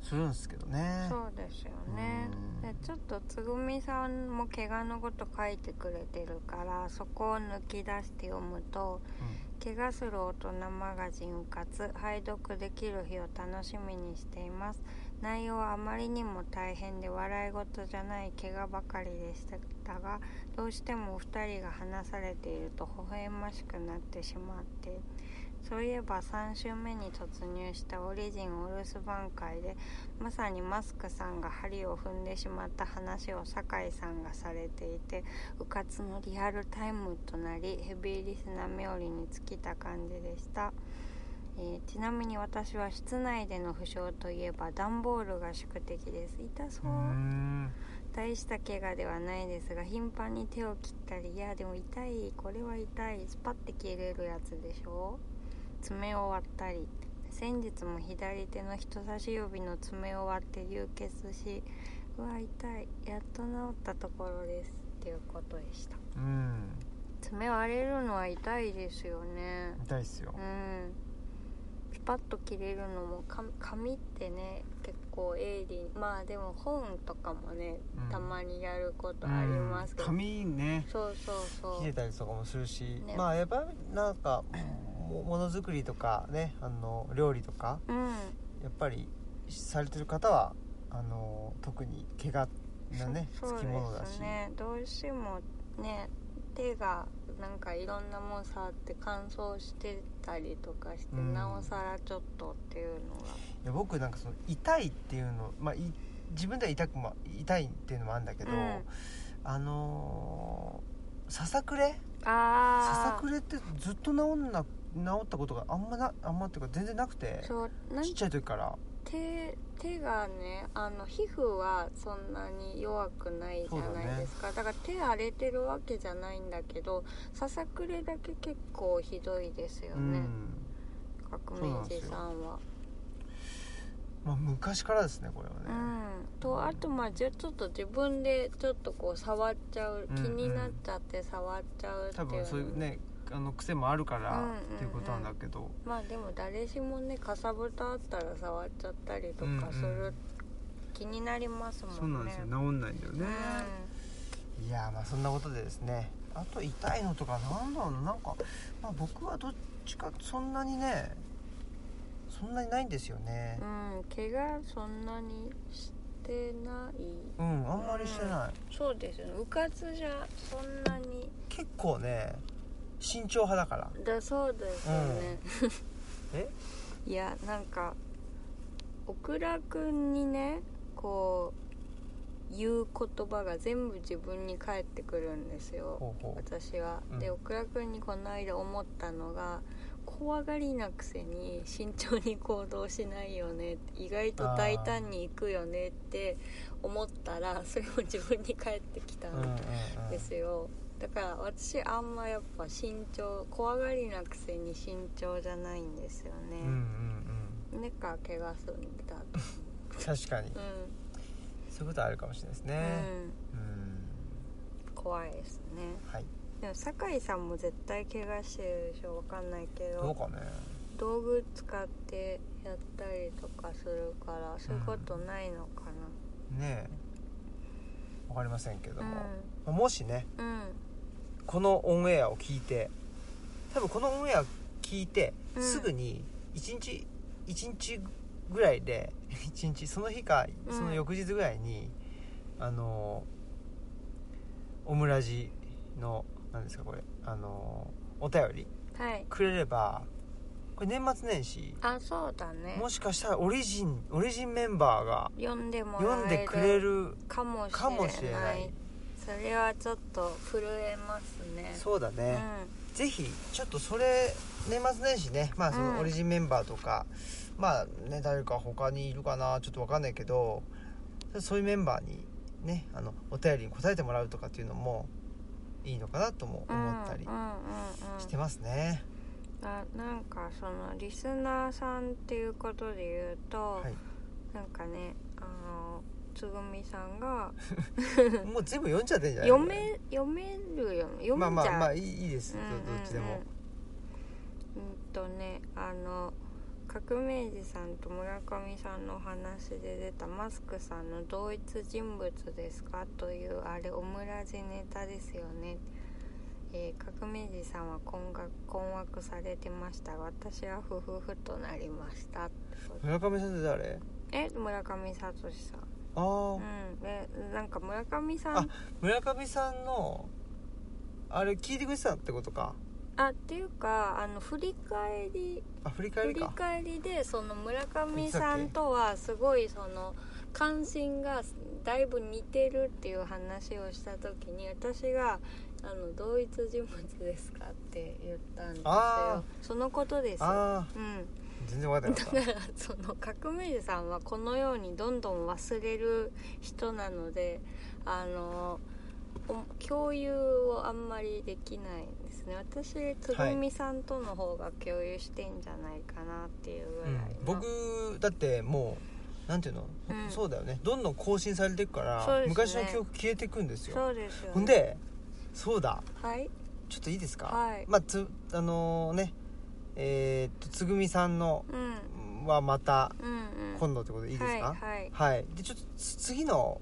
するんですけどね。
そうですよね
うん
でちょっとつぐみさんも怪我のこと書いてくれてるからそこを抜き出して読むと「怪我する大人マガジンうかつ拝読できる日を楽しみにしています」内容はあまりにも大変で笑い事じゃない怪我ばかりでしたがどうしてもお二人が話されていると微笑ましくなってしまってそういえば3週目に突入したオリジンお留守番会でまさにマスクさんが針を踏んでしまった話を酒井さんがされていてうかつのリアルタイムとなりヘビーリスナー冥利に尽きた感じでした。えーちなみに私は室内での負傷といえば段ボールが宿敵です痛そうう、
んうん
大した怪我ではないですが頻繁に手を切ったりいやでも痛いこれは痛いスパッて切れるやつでしょ爪を割ったり先日も左手の人差し指の爪を割って流血しうわ痛いやっと治ったところですっていうことでした
うん
爪割れるのは痛いですよね
痛いっすよ
う。んスパッと切れるのもか紙ってね結構鋭利まあでも本とかもね、
うん
たまにやることありますけど、
髪ね
そうそうそ
切れ
う
たりとかもするし、
ね
まあやっぱりなんかもものづくりとかねあの料理とか
うん
やっぱりされてる方はあの特に怪我なね
そ
つ
う
きものだ
で
し
すねどうしてもね手がなんかいろんなもん触って乾燥してたりとかして、
うん
なおさらちょっとっていうのが
いや僕なんかその痛いっていうの、まあ、い自分では痛くも痛いっていうのもあるんだけど、
うん
あのーささくれささ
あ
くれってずっと治んな治ったことがあんまなあんまっていうか全然なくて
あそうなん
ちっちゃい時から
手手がねあの皮膚はそんなに弱くないじゃないですかだ,、から手荒れてるわけじゃないんだけどささくれだけ結構ひどいですよ
う
ね、
ん、
革命児さんは
まあ、昔からですねこれはね、
うんとあとまあじゅちょっと自分でちょっとこう触っちゃう、
うん
気になっちゃって触っちゃうってい
多
う
分そういうねあの癖もあるから
うんうんうん
っていうことなんだけど、
まあでも誰しもねかさぶたあったら触っちゃったりとかする、
うんうん
気になりますもんね
そうなんですよ治んないんだよね、
うん
いやーまあそんなことでですねあと痛いのとかなんだろうななんか、まあ、僕はどっちかそんなにねそんなにないんですよね
うん、怪我そんなにしてない
うんあんまりしてない、
そうですよねうかつじゃそんなに
結構ね慎重派だから
だそうですよね、
え
いやなんかオクラくんにねこう言う言葉が全部自分に返ってくるんですよ
ほうほう
私は、
うん
でオクラ君にこの間思ったのが怖がりなくせに慎重に行動しないよねって意外と大胆に行くよねって思ったらそれも自分に返ってきた
うんうんうん
んですよ、だから私あんまやっぱ慎重怖がりなくせに慎重じゃないんですよ
うんうんう
ね、
ん
だから怪我するんだ と
確かに
思う、
そういうことあるかもしれないです
うん
ね
うん、
うん
怖いですね
はい
でも酒井さんも絶対怪我してるでしょわかんないけど
どうかね
道具使ってやったりとかするからそういうことないのか
ねえわかりませんけど
な
も、まあもしね
うんうん
このオンエアを聞いて多分このオンエア聞いて、
うん
すぐに1日1日ぐらいで 1日その日か
うん
その翌日ぐらいに、あのオムラジの何ですかこれあのお便り
はい
くれればこれ年末年始
あそうだね
もしかしたらオリジンオリジンメンバーが
読んでもらえる
読んでくれる
かもしれ
か
ない
もしれない
それはちょっと震えますね
そうだ
う
ね、ぜひちょっとそれ年末年始ねまあそ
うん
のオリジンメンバーとか、まあね誰か他にいるかなちょっと分かんないけどそういうメンバーにねあのお便りに答えてもらうとかっていうのもいいのかなとも
んうん
思ったり
うんうんうん
してますね、
ななんかそのリスナーさんっていうことで言うと、
はい
なんかねあのつぐみさんが
もう全部読んじゃってんじゃない
読め読めるよ読めちゃう、
まあまあまあいいいいです、
う
ど
んうんうん
どっちでも
うんとねあの革命児さんと村上さんのお話で出たマスクさんの同一人物ですかというあれオムラジネタですよね、えー革命児さんは困惑困惑されてましたが私はふふふとなりましたってこと
村上さんって誰
え村上聡さん
ああ、
うんでなんか村上さん
あ村上さんのあれ聞いてくれてたってことか
あっていうかあの振り返り
あ振り返
振
り
り
か
返りでその村上さんとはすごいその関心がだいぶ似てるっていう話をした時に私が「あの同一人物ですか?」って言ったんですよ
あ
そのことです
ああ
うん
全然分かってなかった
だから その革命児さんはこのようにどんどん忘れる人なのであのお共有をあんまりできないんですね私つぐみさんとの方が共有してんじゃないかなっていうぐらいの、
うん、僕だってもうなんていうの、
うん
そうだよねどんどん更新されていくから、
そうですね
昔の記憶消えていくんですよ
そうですよ、ね、
ほんでそうだ
はい
ちょっといいですか、
はい
まあつあのねえーっとつぐみさんの
うん
はまた
うんうん
今度ってことでいいですか
はいは
は
い
い、でちょっとつ次の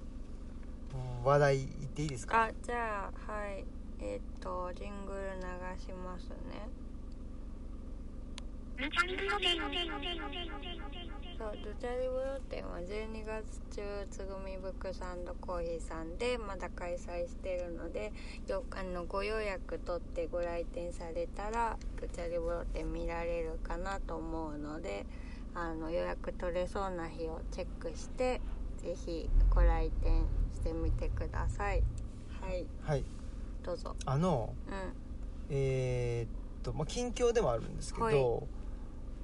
話題言っていいですか
あじゃあはいえっ、とジングル流しますね
ルチャリブロデン
そうドチャリブロ展は12月中つぐみブックさんとコーヒーさんでまだ開催してるのでよあのご予約取ってご来店されたらドチャリブロ展見られるかなと思うのであの予約取れそうな日をチェックしてぜひご来店してみてくださいはい
はい
どうぞ
あの
うん
えーっと、まあ、近況でもあるんですけ
はい
ど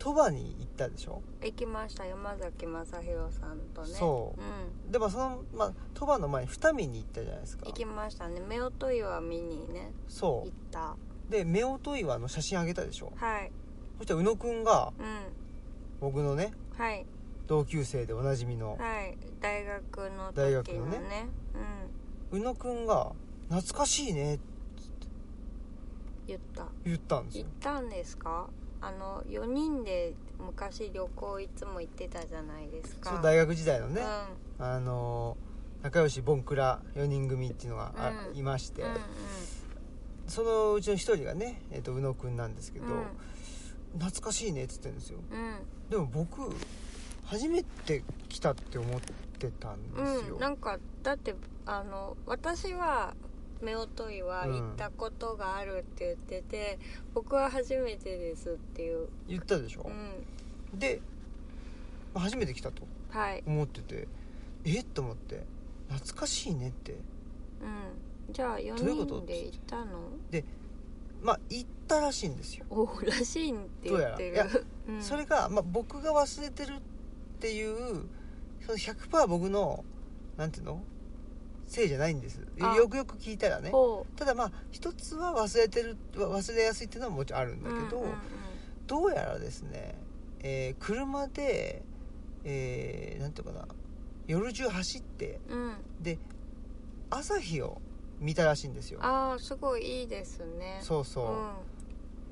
鳥羽、に行ったでしょ
行きました山崎正弘さんとね
そう
うん
でもそのまあ鳥羽の前に二見に行ったじゃないですか
行きましたね夫婦岩見にね
そ
行った
うで夫婦岩の写真あげたでしょ
はい
そしたら宇野くんが
うん
僕のね
はい
同級生でおなじみの
はい大学の
大学
時の
の
ね
ね宇野くんが「懐かしいね」って
うん言った
言ったんです
行
よ
ったんですかあの4人で昔旅行いつも行ってたじゃないですか
そう大学時代のね、
う
あのー仲良しボンクラ4人組っていうのがあ、
うん
いまして、
んうんうん
そのうちの一人がね、えっと宇野くんなんですけど、
うん
懐かしいねって言ってるんですよ
う
でも僕初めて来たって思ってたんで
ん
すよ、
うんなんかだってあの私は夫婦岩行ったことがあるって言ってて、僕は初めてですっていう
言ったでしょ、
うん
でまあ初めて来たと
はい
思っててえっと思って懐かしいねって
うんじゃあ4
どういうこと
人で行ったの
まあ言ったらしいんですよ、
おおらしいんって言ってる
どうやらい
うん、
それが、まあ、僕が忘れてるっていうその100%僕のなんていうのせいじゃないんです
あ
よくよく聞いたらね
ほ
ただまあ一つは忘れてる忘れやすいっていうのはもちろんあるん
う
だけど、
うんうんうん
どうやらですね、えー車で、えーなんていうかな夜中走って
うん、
で朝日を見たらしいんですよ
ああすごいいいですね
そうそう、
うん、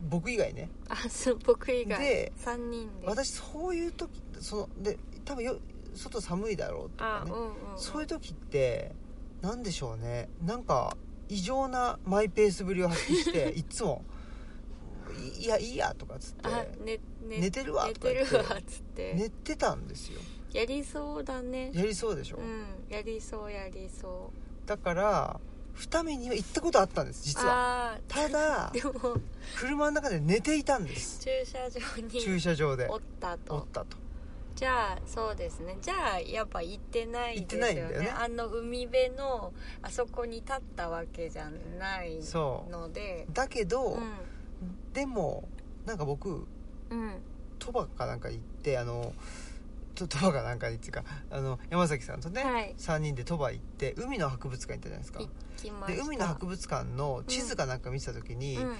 僕以外ね
あそう僕以外
で
3人で
私そういう時そので多分よ外寒いだろうとか
あう
ね
んうんうん
そういう時って何でしょうねなんか異常なマイペースぶりを発揮して いっつも「いいやいいや」とかっつって
あ、ねね
寝てるわ
寝
とか
て
言
る
って
わっつって、
寝てたんですよ
やりそうだね
やりそうでしょ、
うんやりそうやりそ
だから二目には行ったことあったんです
う
実は
ああ
ただ
でも
車の中で寝ていたんです
駐車場
駐
に
車場で
おった
おっ
と
たと
じゃあそうですねじゃあやっぱ行ってないですよね
行ってないんだよね
あの海辺のあそこに立ったわけじゃない
そ
ので
うだけど、
う
でもなんか僕
んうん
鳥羽かなんか行ってあのと鳥羽かなんかにっていうかあの山崎さんとね、
はい
3人で鳥羽行って海の博物館行ったじゃないですか
行来まし
で
た
海の博物館の地図かなんか見てた時に、
うんうん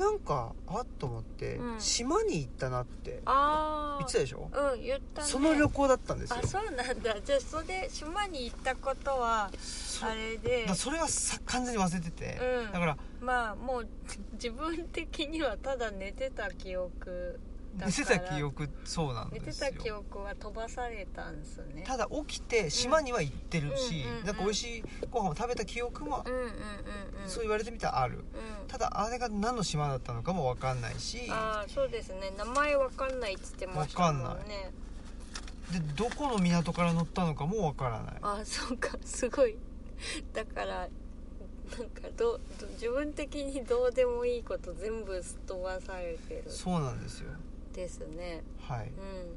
なんかあっと思って、
うん
島に行ったなって
あ
言ってた
あ
でしょ、
うん言ったね
その旅行だったんですよ
あそうなんだじゃあそれ島に行ったことは
そ
あれで
だからそれはさ完全に忘れてて、
うん
だから
まあもう 自分的にはただ寝てた記憶だから
寝てた記憶そうなん
寝
で
て
すよ
た記憶は飛ばされたんすね
ただ起きて島には行ってるし、
うんうんうん
なんか美味しいご飯を食べた記憶も、
うんうんうんうん
そう言われてみたらある
うん
ただあれが何の島だったのかも分かんないし
ああそうですね名前わかんないっつってましたも
わ
ん
かん
ね
でどこの港から乗ったのかも分からない
ああそうかすごいだからなんかどうどう自分的にどうでもいいこと全部すっ飛ばされてる
そうなんですよ
ですね
はいっ
うん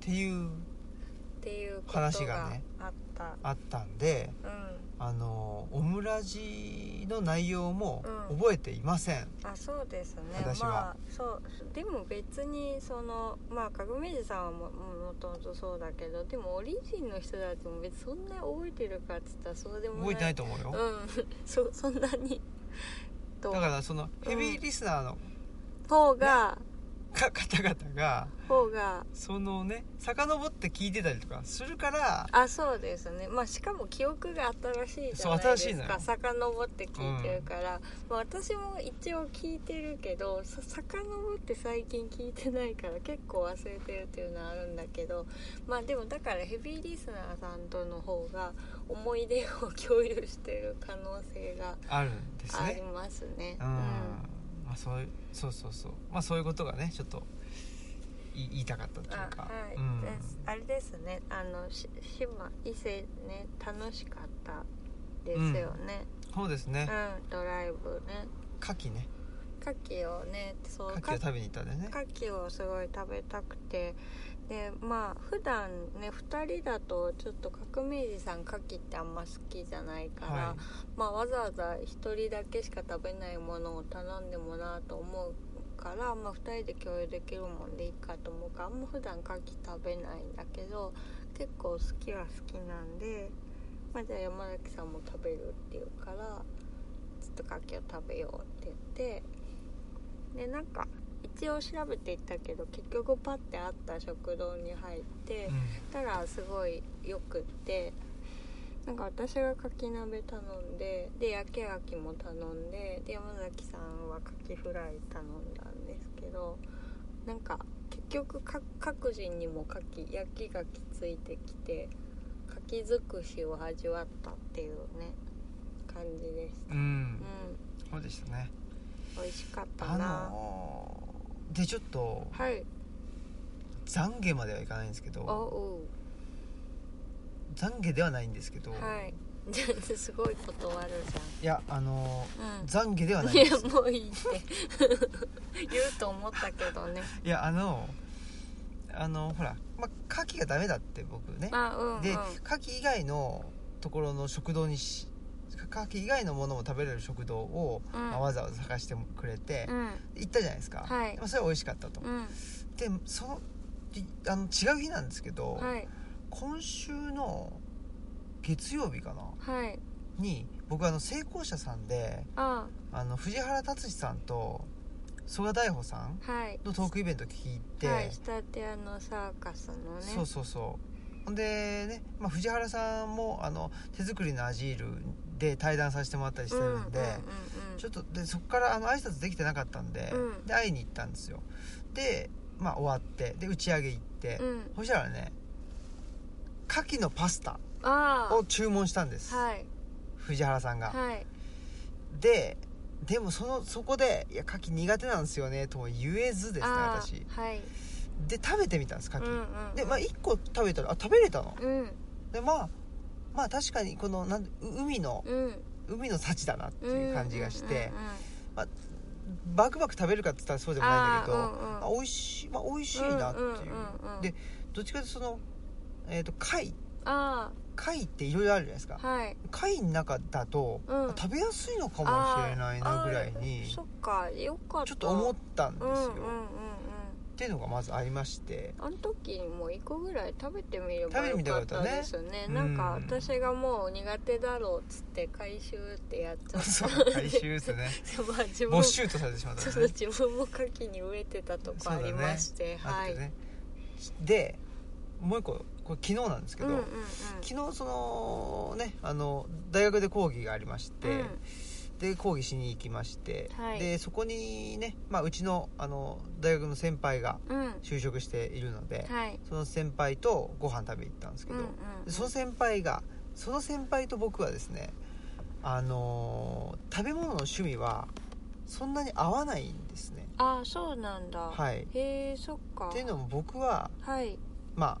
ていう
っていうこと
話が
が
ね
あった、
あったんで
うん
あのオムラジの内容も
うん
覚えていません、
あそうですね
私は
まあそうでも別にそのまあ革命児さんはももともとそうだけどでもオリジンの人たちも別にそんな覚えてるかっつったらそうでもな
覚え
い
てないと思うよ、
うんそ そんなにと
だからそのヘビーリスナーの
方が
か方々が
方が
そのね遡って聞いてたりとかするから
あそうですねまあしかも記憶が新しいじゃな
そう
いで
新しい
す
の
か
よ
遡って聞いてるから、まあ、私も一応聞いてるけどさ遡って最近聞いてないから結構忘れてるっていうのはあるんだけどまあでもだからヘビーリスナーさんとの方が思い出を共有してる可能性が
あるんです
あり
ね
ますね。
うん、まあ、そういうそうそうそうまあそういうことがねちょっとい言いたかったっていう
あ
か、
はい、
うん
ですあれですねあのし島伊勢ね楽しかったですよね、
そうですね
うんドライブね
牡蠣ね
牡蠣をねそう
牡蠣を食べに行ったんだよね
牡蠣をすごい食べたくてでまあ普段ね2人だとちょっと革命児さん牡蠣ってあんま好きじゃないから、
は
まあ、わざわざ1人だけしか食べないものを頼んでもなと思うから、まあ、2人で共有できるもんでいいかと思うからあんま普段牡蠣食べないんだけど結構好きは好きなんで、まあ、じゃあ山崎さんも食べるっていうからちょっと牡蠣を食べようって言って。でなんか一応調べていったけど結局パッてあった食堂に入って
い、
たらすごいよくってなんか私がかき鍋頼んでで焼き牡蠣も頼んでで山崎さんはかきフライ頼んだんですけどなんか結局か各人にもかき焼き牡蠣ついてきてかき尽くしを味わったっていうね感じでした
うん、うん
う
そうでしたね
ん美味しかった
あ
な
のーでちょっと
はい
懺悔まではいかないんですけ
お
ど
う
懺悔ではないんですけど、
はい。 じゃあすごい断る
いやあの
じゃん。
ー
うん。
懺悔ではない
い
んで
や
す
もういいって言うと思ったけどね。
いやあのあのほら、まあ、牡蠣がダメだって僕ね
まあうんうん。
で牡蠣以外のところの食堂にしカキ以外のものも食べれる食堂を、
うん
まあわざわざ探してくれて、
うん
行ったじゃないですか、
はい
まあ、それは美味しかったと、
うん
でそのいあの違う日なんですけど、
はい
今週の月曜日かな
はい
に僕あの成功者さんで
あ
あの藤原達史さんと曽我大穂さん
はい
のトークイベント聞いて、
はいスタテアのサーカスのね
そうそうそうほんでね、まあ、藤原さんもあの手作りのアジールで対談させてもらったりしてるんで、
うんうんうんうん
ちょっとでそこからあの挨拶できてなかったんで,、
うん
で会いに行ったんですよで、まあ、終わってで打ち上げ行って、
うん
そしたらね牡蠣のパスタ
あ
を注文したんです、
あはい
藤原さんが、
はい
ででもそのそこで「いや牡蠣苦手なんですよね」とも言えずですね
あ
私
ーはい
で食べてみたんです牡
うん
蠣、
うん
で、まあ、1個食べたらあ食べれたの
うん
でまあまあ確かにこのなんう海の
うん
海の幸だなっていう感じがして、
うんうんうんうん
バクバク食べるかって言ったらそうでもないんだけど
あーうんうん
あ美味しい、まあ、美味しいなっていう,、
うんうんうんうん
でどっちかというとその、えー、と貝
あ
貝っていろいろあるじゃないですか、
あはい
貝の中だと、
うん
あ食べやすいのかも
あ
しれないなぐらいに
あーそっかよかった
ちょっと思
っ
ったんですよ、
うんうんうんうん
っていうのがまずありまして
あの時にもう一個ぐらい食べてみれ
食
ば
べてみ
よ
たら
か
よ
っ
かった
た
ね
ですね
うん
なんか私がもう苦手だろうっつって回収ってやっちゃった
そう回収ですね
まあ自分も
没
ち
収
ょ
とされてしまった
っ
ん
と
ね
自分も牡蠣に飢えてたとこありまして、
あ
は
っ
い、
てねでもう一個これ昨日なんですけ
う
ど、
んうんうん
昨日そのねあの大学で講義がありまして、
うん
で講義しに行きまして、
はい
でそこにね、まあ、うちのあの大学の先輩が
うん
就職しているので、
はい
その先輩とご飯食べに行ったんですけ
うん
ど、
うん
でその先輩がその先輩と僕はですねあのー食べ物の趣味はそんなに合わないんですね。
ああそうなんだ、
はい、
へえそっか
っていうのも僕は
はい
ま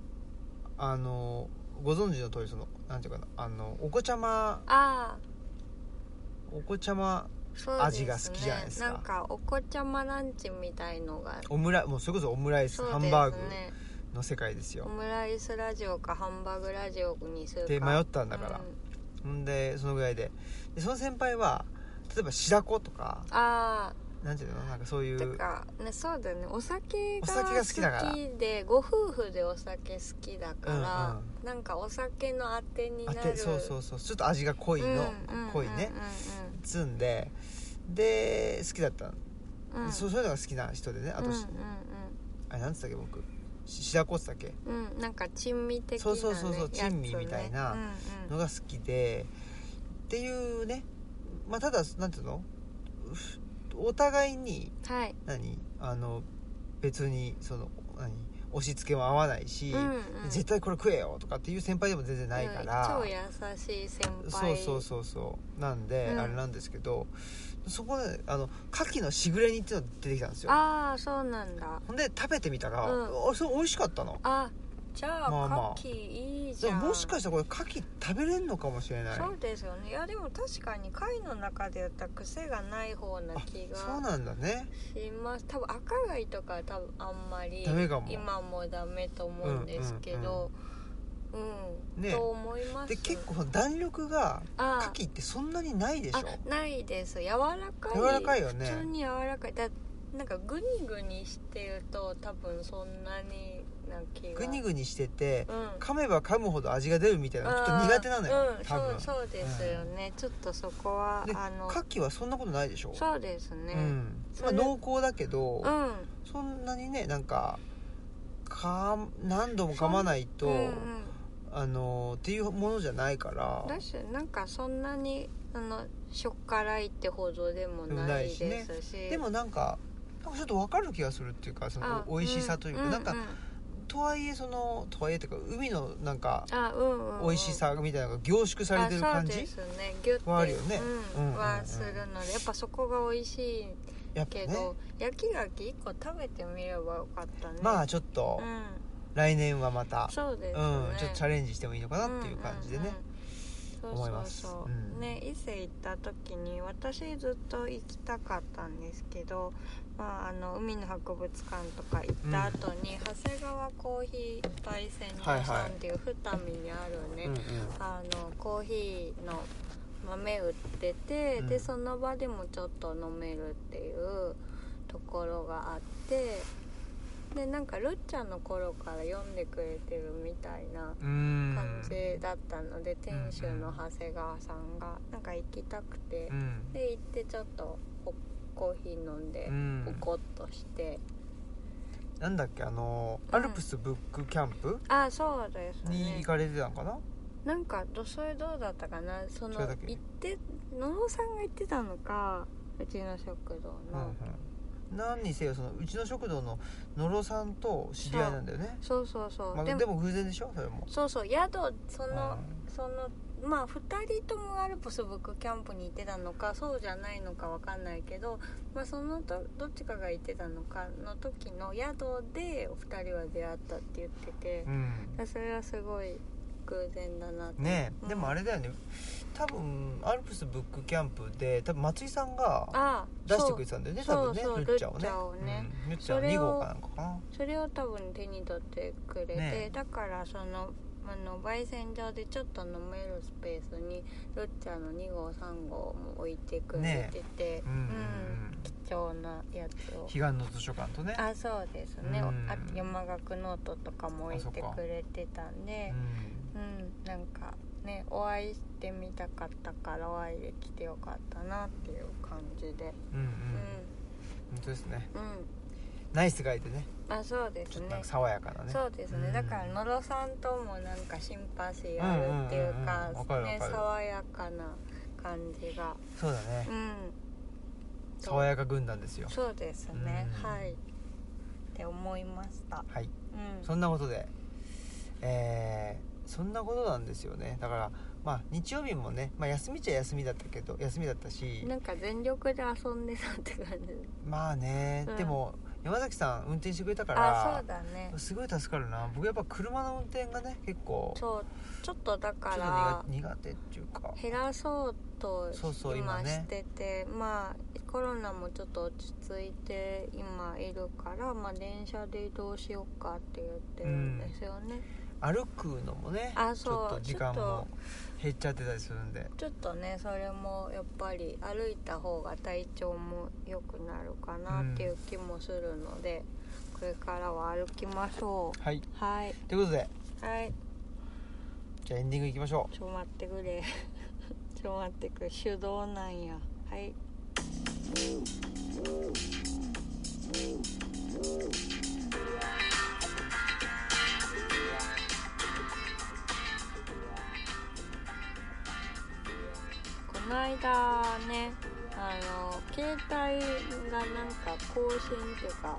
ああのーご存知の通りそのなんていうかなあのお子ちゃま
ああ
お子ちゃま
そうですね
味が好きじゃないですか
なんかお子ちゃまランチみたいのが
オムラもうそれこそオムライス、
そう
ハ
で
ン
す
バーグ
ね
の世界ですよ
オ。ムライスラジオかハンバーグラジオにするか
で迷ったんだから
うん、
んでそのぐらいででその先輩は例えば白子とか
あ
なんていうのなんかそうい
あ
う
てか、ね、そうだよねお酒
お
が
酒が好きだから
好きでご夫婦でお酒好きだから
うん、
なんかお酒のあてに
あ
なる
てそうそうそうちょっと味が濃いの、濃いねつんでで好きだった、
うんうんうんうんうん
そうそういうのが好きな人でねあと、
うんうん
あれなんつったっけ僕し白子っつったっけ
うんうんなんか珍味的な、ね、
そうそうそうそう
やつね
珍味みたいな
うんうん
のが好きでっていうねまあただなんていうのふお互いに
はい、
何あの別にその何押し付けも合わないし、
うんうん
絶対これ食えよとかっていう先輩でも全然ないから、
うん超優しい先
そう
輩
そうそうそうなんで、
うん
あれなんですけどそこであの牡蠣のしぐれ煮っていうのが出てきたんですよ
ああそうなんだ
ほんで食べてみたら、
うん
あそれ美味しかったの
あじゃあ、
まあまあ
牡蠣いいじ
で
ゃん
ももしかしたらこれ牡蠣食べれんのかもしれない
そうですよねいやでも確かに貝の中でやったら癖がない方な
あ
気
そう
が
なんだね
します多分赤貝とかは多分あんまり
ダメかも
今もダメと思うんですけどうん
ね
と思います
で結構弾力が
あ
牡蠣ってそんなにないでしょ
あないです柔らかい
柔らかいよね
普通に柔らかいだなんかグニグニしてると多分そんなにな気が
グニグニしてて
うん
噛めば噛むほど味が出るみたいなのちょっと苦手なのよ、
うん、
多分
そうそうですよね、ちょっとそこは
で
あの
牡蠣はそんなことないでしょ
そうですね
うん
そ
まあ、
れ
濃厚だけど、
うん、
そんなにねなんかか何度も噛まないと、
うんうん
あのっていうものじゃないから
だしなんかそんなにあのしょっ辛いってほどでもないですし
でもなでもなんかなんかちょっと分かる気がするっていうかその
あ
お美味しさというか、
ん
なんか、
う
とはいえそのとはいえというか海のなんか
あうんうんうん
美味しさみたいなのが凝縮されてる感
あそうで
じ
すねギュッて
はあるよね
う
うん
ん
うんうん
はするのでやっぱそこが美味しい
やっぱ
け
ね
ど、焼き牡蠣一個食べてみればよかったね
まあちょっと
うん
来年はまた、
そうで
う
すね、
んちょっとチャレンジしてもいいのかなっていう感じでね、
うんうんうん
思い
そうそう
ます
そう、
うん
ね伊勢行った時に私ずっと行きたかったんですけど、まあ、あの海の博物館とか行った後に、長谷川コーヒー焙煎
はい
所
は
さ
い
んっていう二見にあるね、
うんうん
あのコーヒーの豆売ってて、
うん
でその場でもちょっと飲めるっていうところがあってでなんかるっちゃんの頃から読んでくれてるみたいな
うん
感じだったので、店主
う
の
ん
長谷川さんがなんか行きたくて
う、ん
で行ってちょっとほコーヒー飲んで
う、ん
ポコッとして
なんだっけあの
うん
アルプスブックキャンプ
あそうです
に
ね
行かれてたのかな
なんかどそれどうだったかなその
違う
行
だ
っ
け
て野呂さんが行ってたのかうちの食堂
うん
の、
うん何にせよそのうちの食堂の野呂さんと知り合いなんだよね
そうそうそう、
まあ、
で
で
も
も偶然でしょそれも
そうそう宿その、そのまあ2人ともアルプスブックキャンプに行ってたのかそうじゃないのかわかんないけど、まあ、そのとどっちかが行ってたのかの時の宿でお二人は出会ったって言ってて
う、ん
それはすごい偶然だなって
ね
うん
えでもあれだよね多分アルプスブックキャンプで多分松井さんが
あ
出して
そ
く
う
れてたんだよね
そ
多分
う
ね
そう
ルッチャをね
ルッチャをね
うんルッチャは2号かなんかかな
それを多分手に取ってくれて、
ね
だからそのあの焙煎場でちょっと飲めるスペースにルッチャーの2号3号も置いてくれてて、
うんうんうん
貴重なやつを
彼岸の図書館とね
あそうですね、
うん
あと山岳ノートとかも置いてくれてたん
う
で
ん
うんなんかねお会いしてみたかったからお会いできてよかったなっていう感じで
うんうん
うん
本当ですね
うん、
ナイスガイでね
あそうで
ち
す
ょっとなん
ね
か爽やかなね
そうですね、
うん
だから野呂さんともなんかシンパシーあるっていう
うんうんうん
か,、
うんわかるわか
ね
る
爽やかな感じが
そうだね
うんと
爽やか軍団ですよ
そうですね、
うん
はいって思いました
はい
うん
そんなことでえーそんなことなんですよねだからまあ日曜日もね、まあ、休みっちゃ休みだったけど休みだったし
なんか全力で遊んでたって感じ
まあね、
うん
でも山崎さん運転してくれたか
あそ
ら
うだね
すごい助かるな僕やっぱ車の運転がね結構ちょ
そうちょっとだ
っ
か
と
ら
苦苦手っていうか
減らそうと
そうそう今
今
ね
しててまあコロナもちょっと落ち着いて今いるから、まあ、電車で移動しようかって言ってるんですよね、
歩くのもねち
あ
ょっ
そ
と
う
時
ちょ
間
っと
も減っちゃってたりするんで
ちょっとねそれもやっぱり歩いた方が体調も良くなるかなっていう気もするので、これからは歩きましょう
はい
はい
ということで
はい
じゃあエンディングいきましょ
ちょ待ってくれ ちょ待ってくれ手動なんやはいこの間ねあの携帯がなんか更新っていうか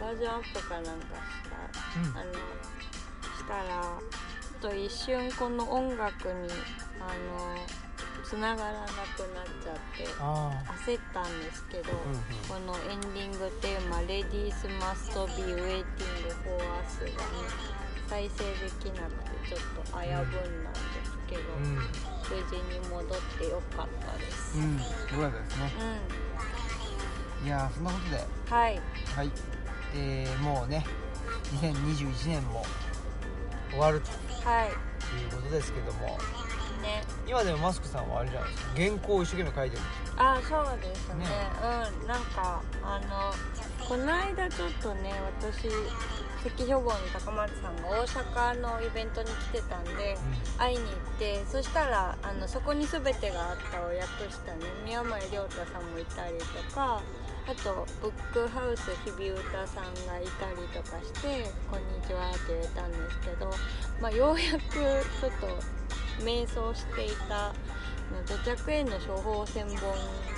バージョンアップかなんかした
う、うん
あのしたらちょっと一瞬この音楽にあのつながらなくなっちゃって
あ
焦ったんですけど、
あうんうん
このエンディングテーマ「レディース・マスト・ビ・ウェイティング・フォー・アス」がね再生できなくてちょっと危ぶんだんですけど、
うん
無事に戻ってよかったです。
うんよかったですね
うん、
いやーそんなことで
はい
はいえー、もうね2021年も終わると
はい
いうことですけども
ね
今でもマスクさんはあれじゃないですか原稿を一生懸命書いてるんですよ
あそうですね
ね
うんなんかあのこの間ちょっとね私関標本の高松さんが大阪のイベントに来てたんで会いに行ってそしたらあのそこに全てがあったを訳したね宮前亮太さんもいたりとかあとブックハウス日比歌さんがいたりとかして「こんにちは」って言えたんですけど、まあ、ようやくちょっと迷走していた土着への処方箋本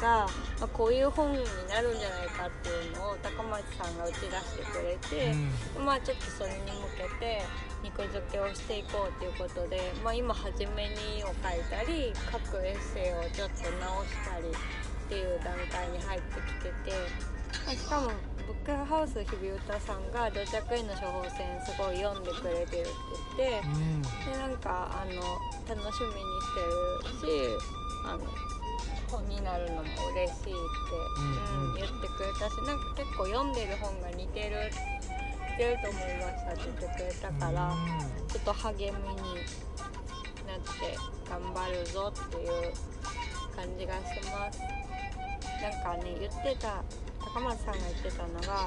が、まあ、こういう本になるんじゃないかっていうのを高松さんが打ち出してくれて。
うんうん
まあちょっとそれに向けて肉付けをしていこうということで、まあ、今「はじめに」を書いたり各エッセイをちょっと直したりっていう段階に入ってきててまあしかもブックハウス日比歌さんが「到着への処方箋すごい読んでくれてる」って言って。
うん
でなんかあの楽しみにしてるしあの本になるのも嬉しいって、
うんうん
うん言ってくれたしなんか結構読んでる本が似てる似てると思いましたって言ってくれたから、ちょっと励みになって頑張るぞっていう感じがしますなんかね言ってた高松さんが言ってたのが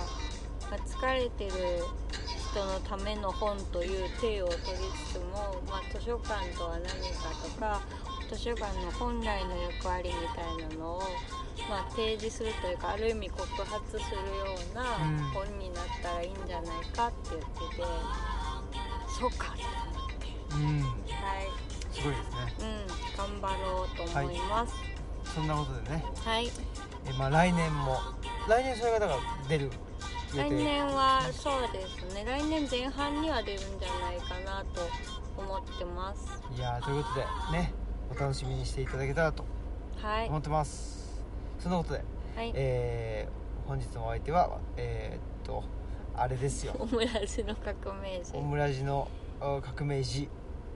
まあ疲れてる人のための本という体を取りつつも、まあ、図書館とは何かとか図書館の本来の役割みたいなのを、まあ、提示するというかある意味告発するような
うん
本になったらいいんじゃないかって言ってて、そうかって思っ
う
て
んうん
はい、
すごいですね
うん、頑張ろうと思います
そんなことでね
はい、
えまあ来年も来年それがだから出る予定
来年はそうですね来年前半には出るんじゃないかなと思ってます
いやーということでねお楽しみにしていただけたらと
はい
思ってます、そんなことで、
はい
えー本日のお相手はえーっとあれですよ
オムライスの革命児
オムラジのあ革命児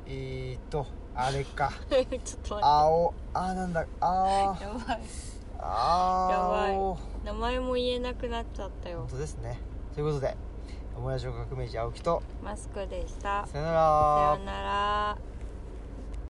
えーっとあれか
ちょっと待
青あーなんだあ
って
ー
やばい
あー
やばい名前も言えなくなっちゃったよ
本当ですねということでオムラジの革命児青木と
マスクでしたさ
さよなら
ようなら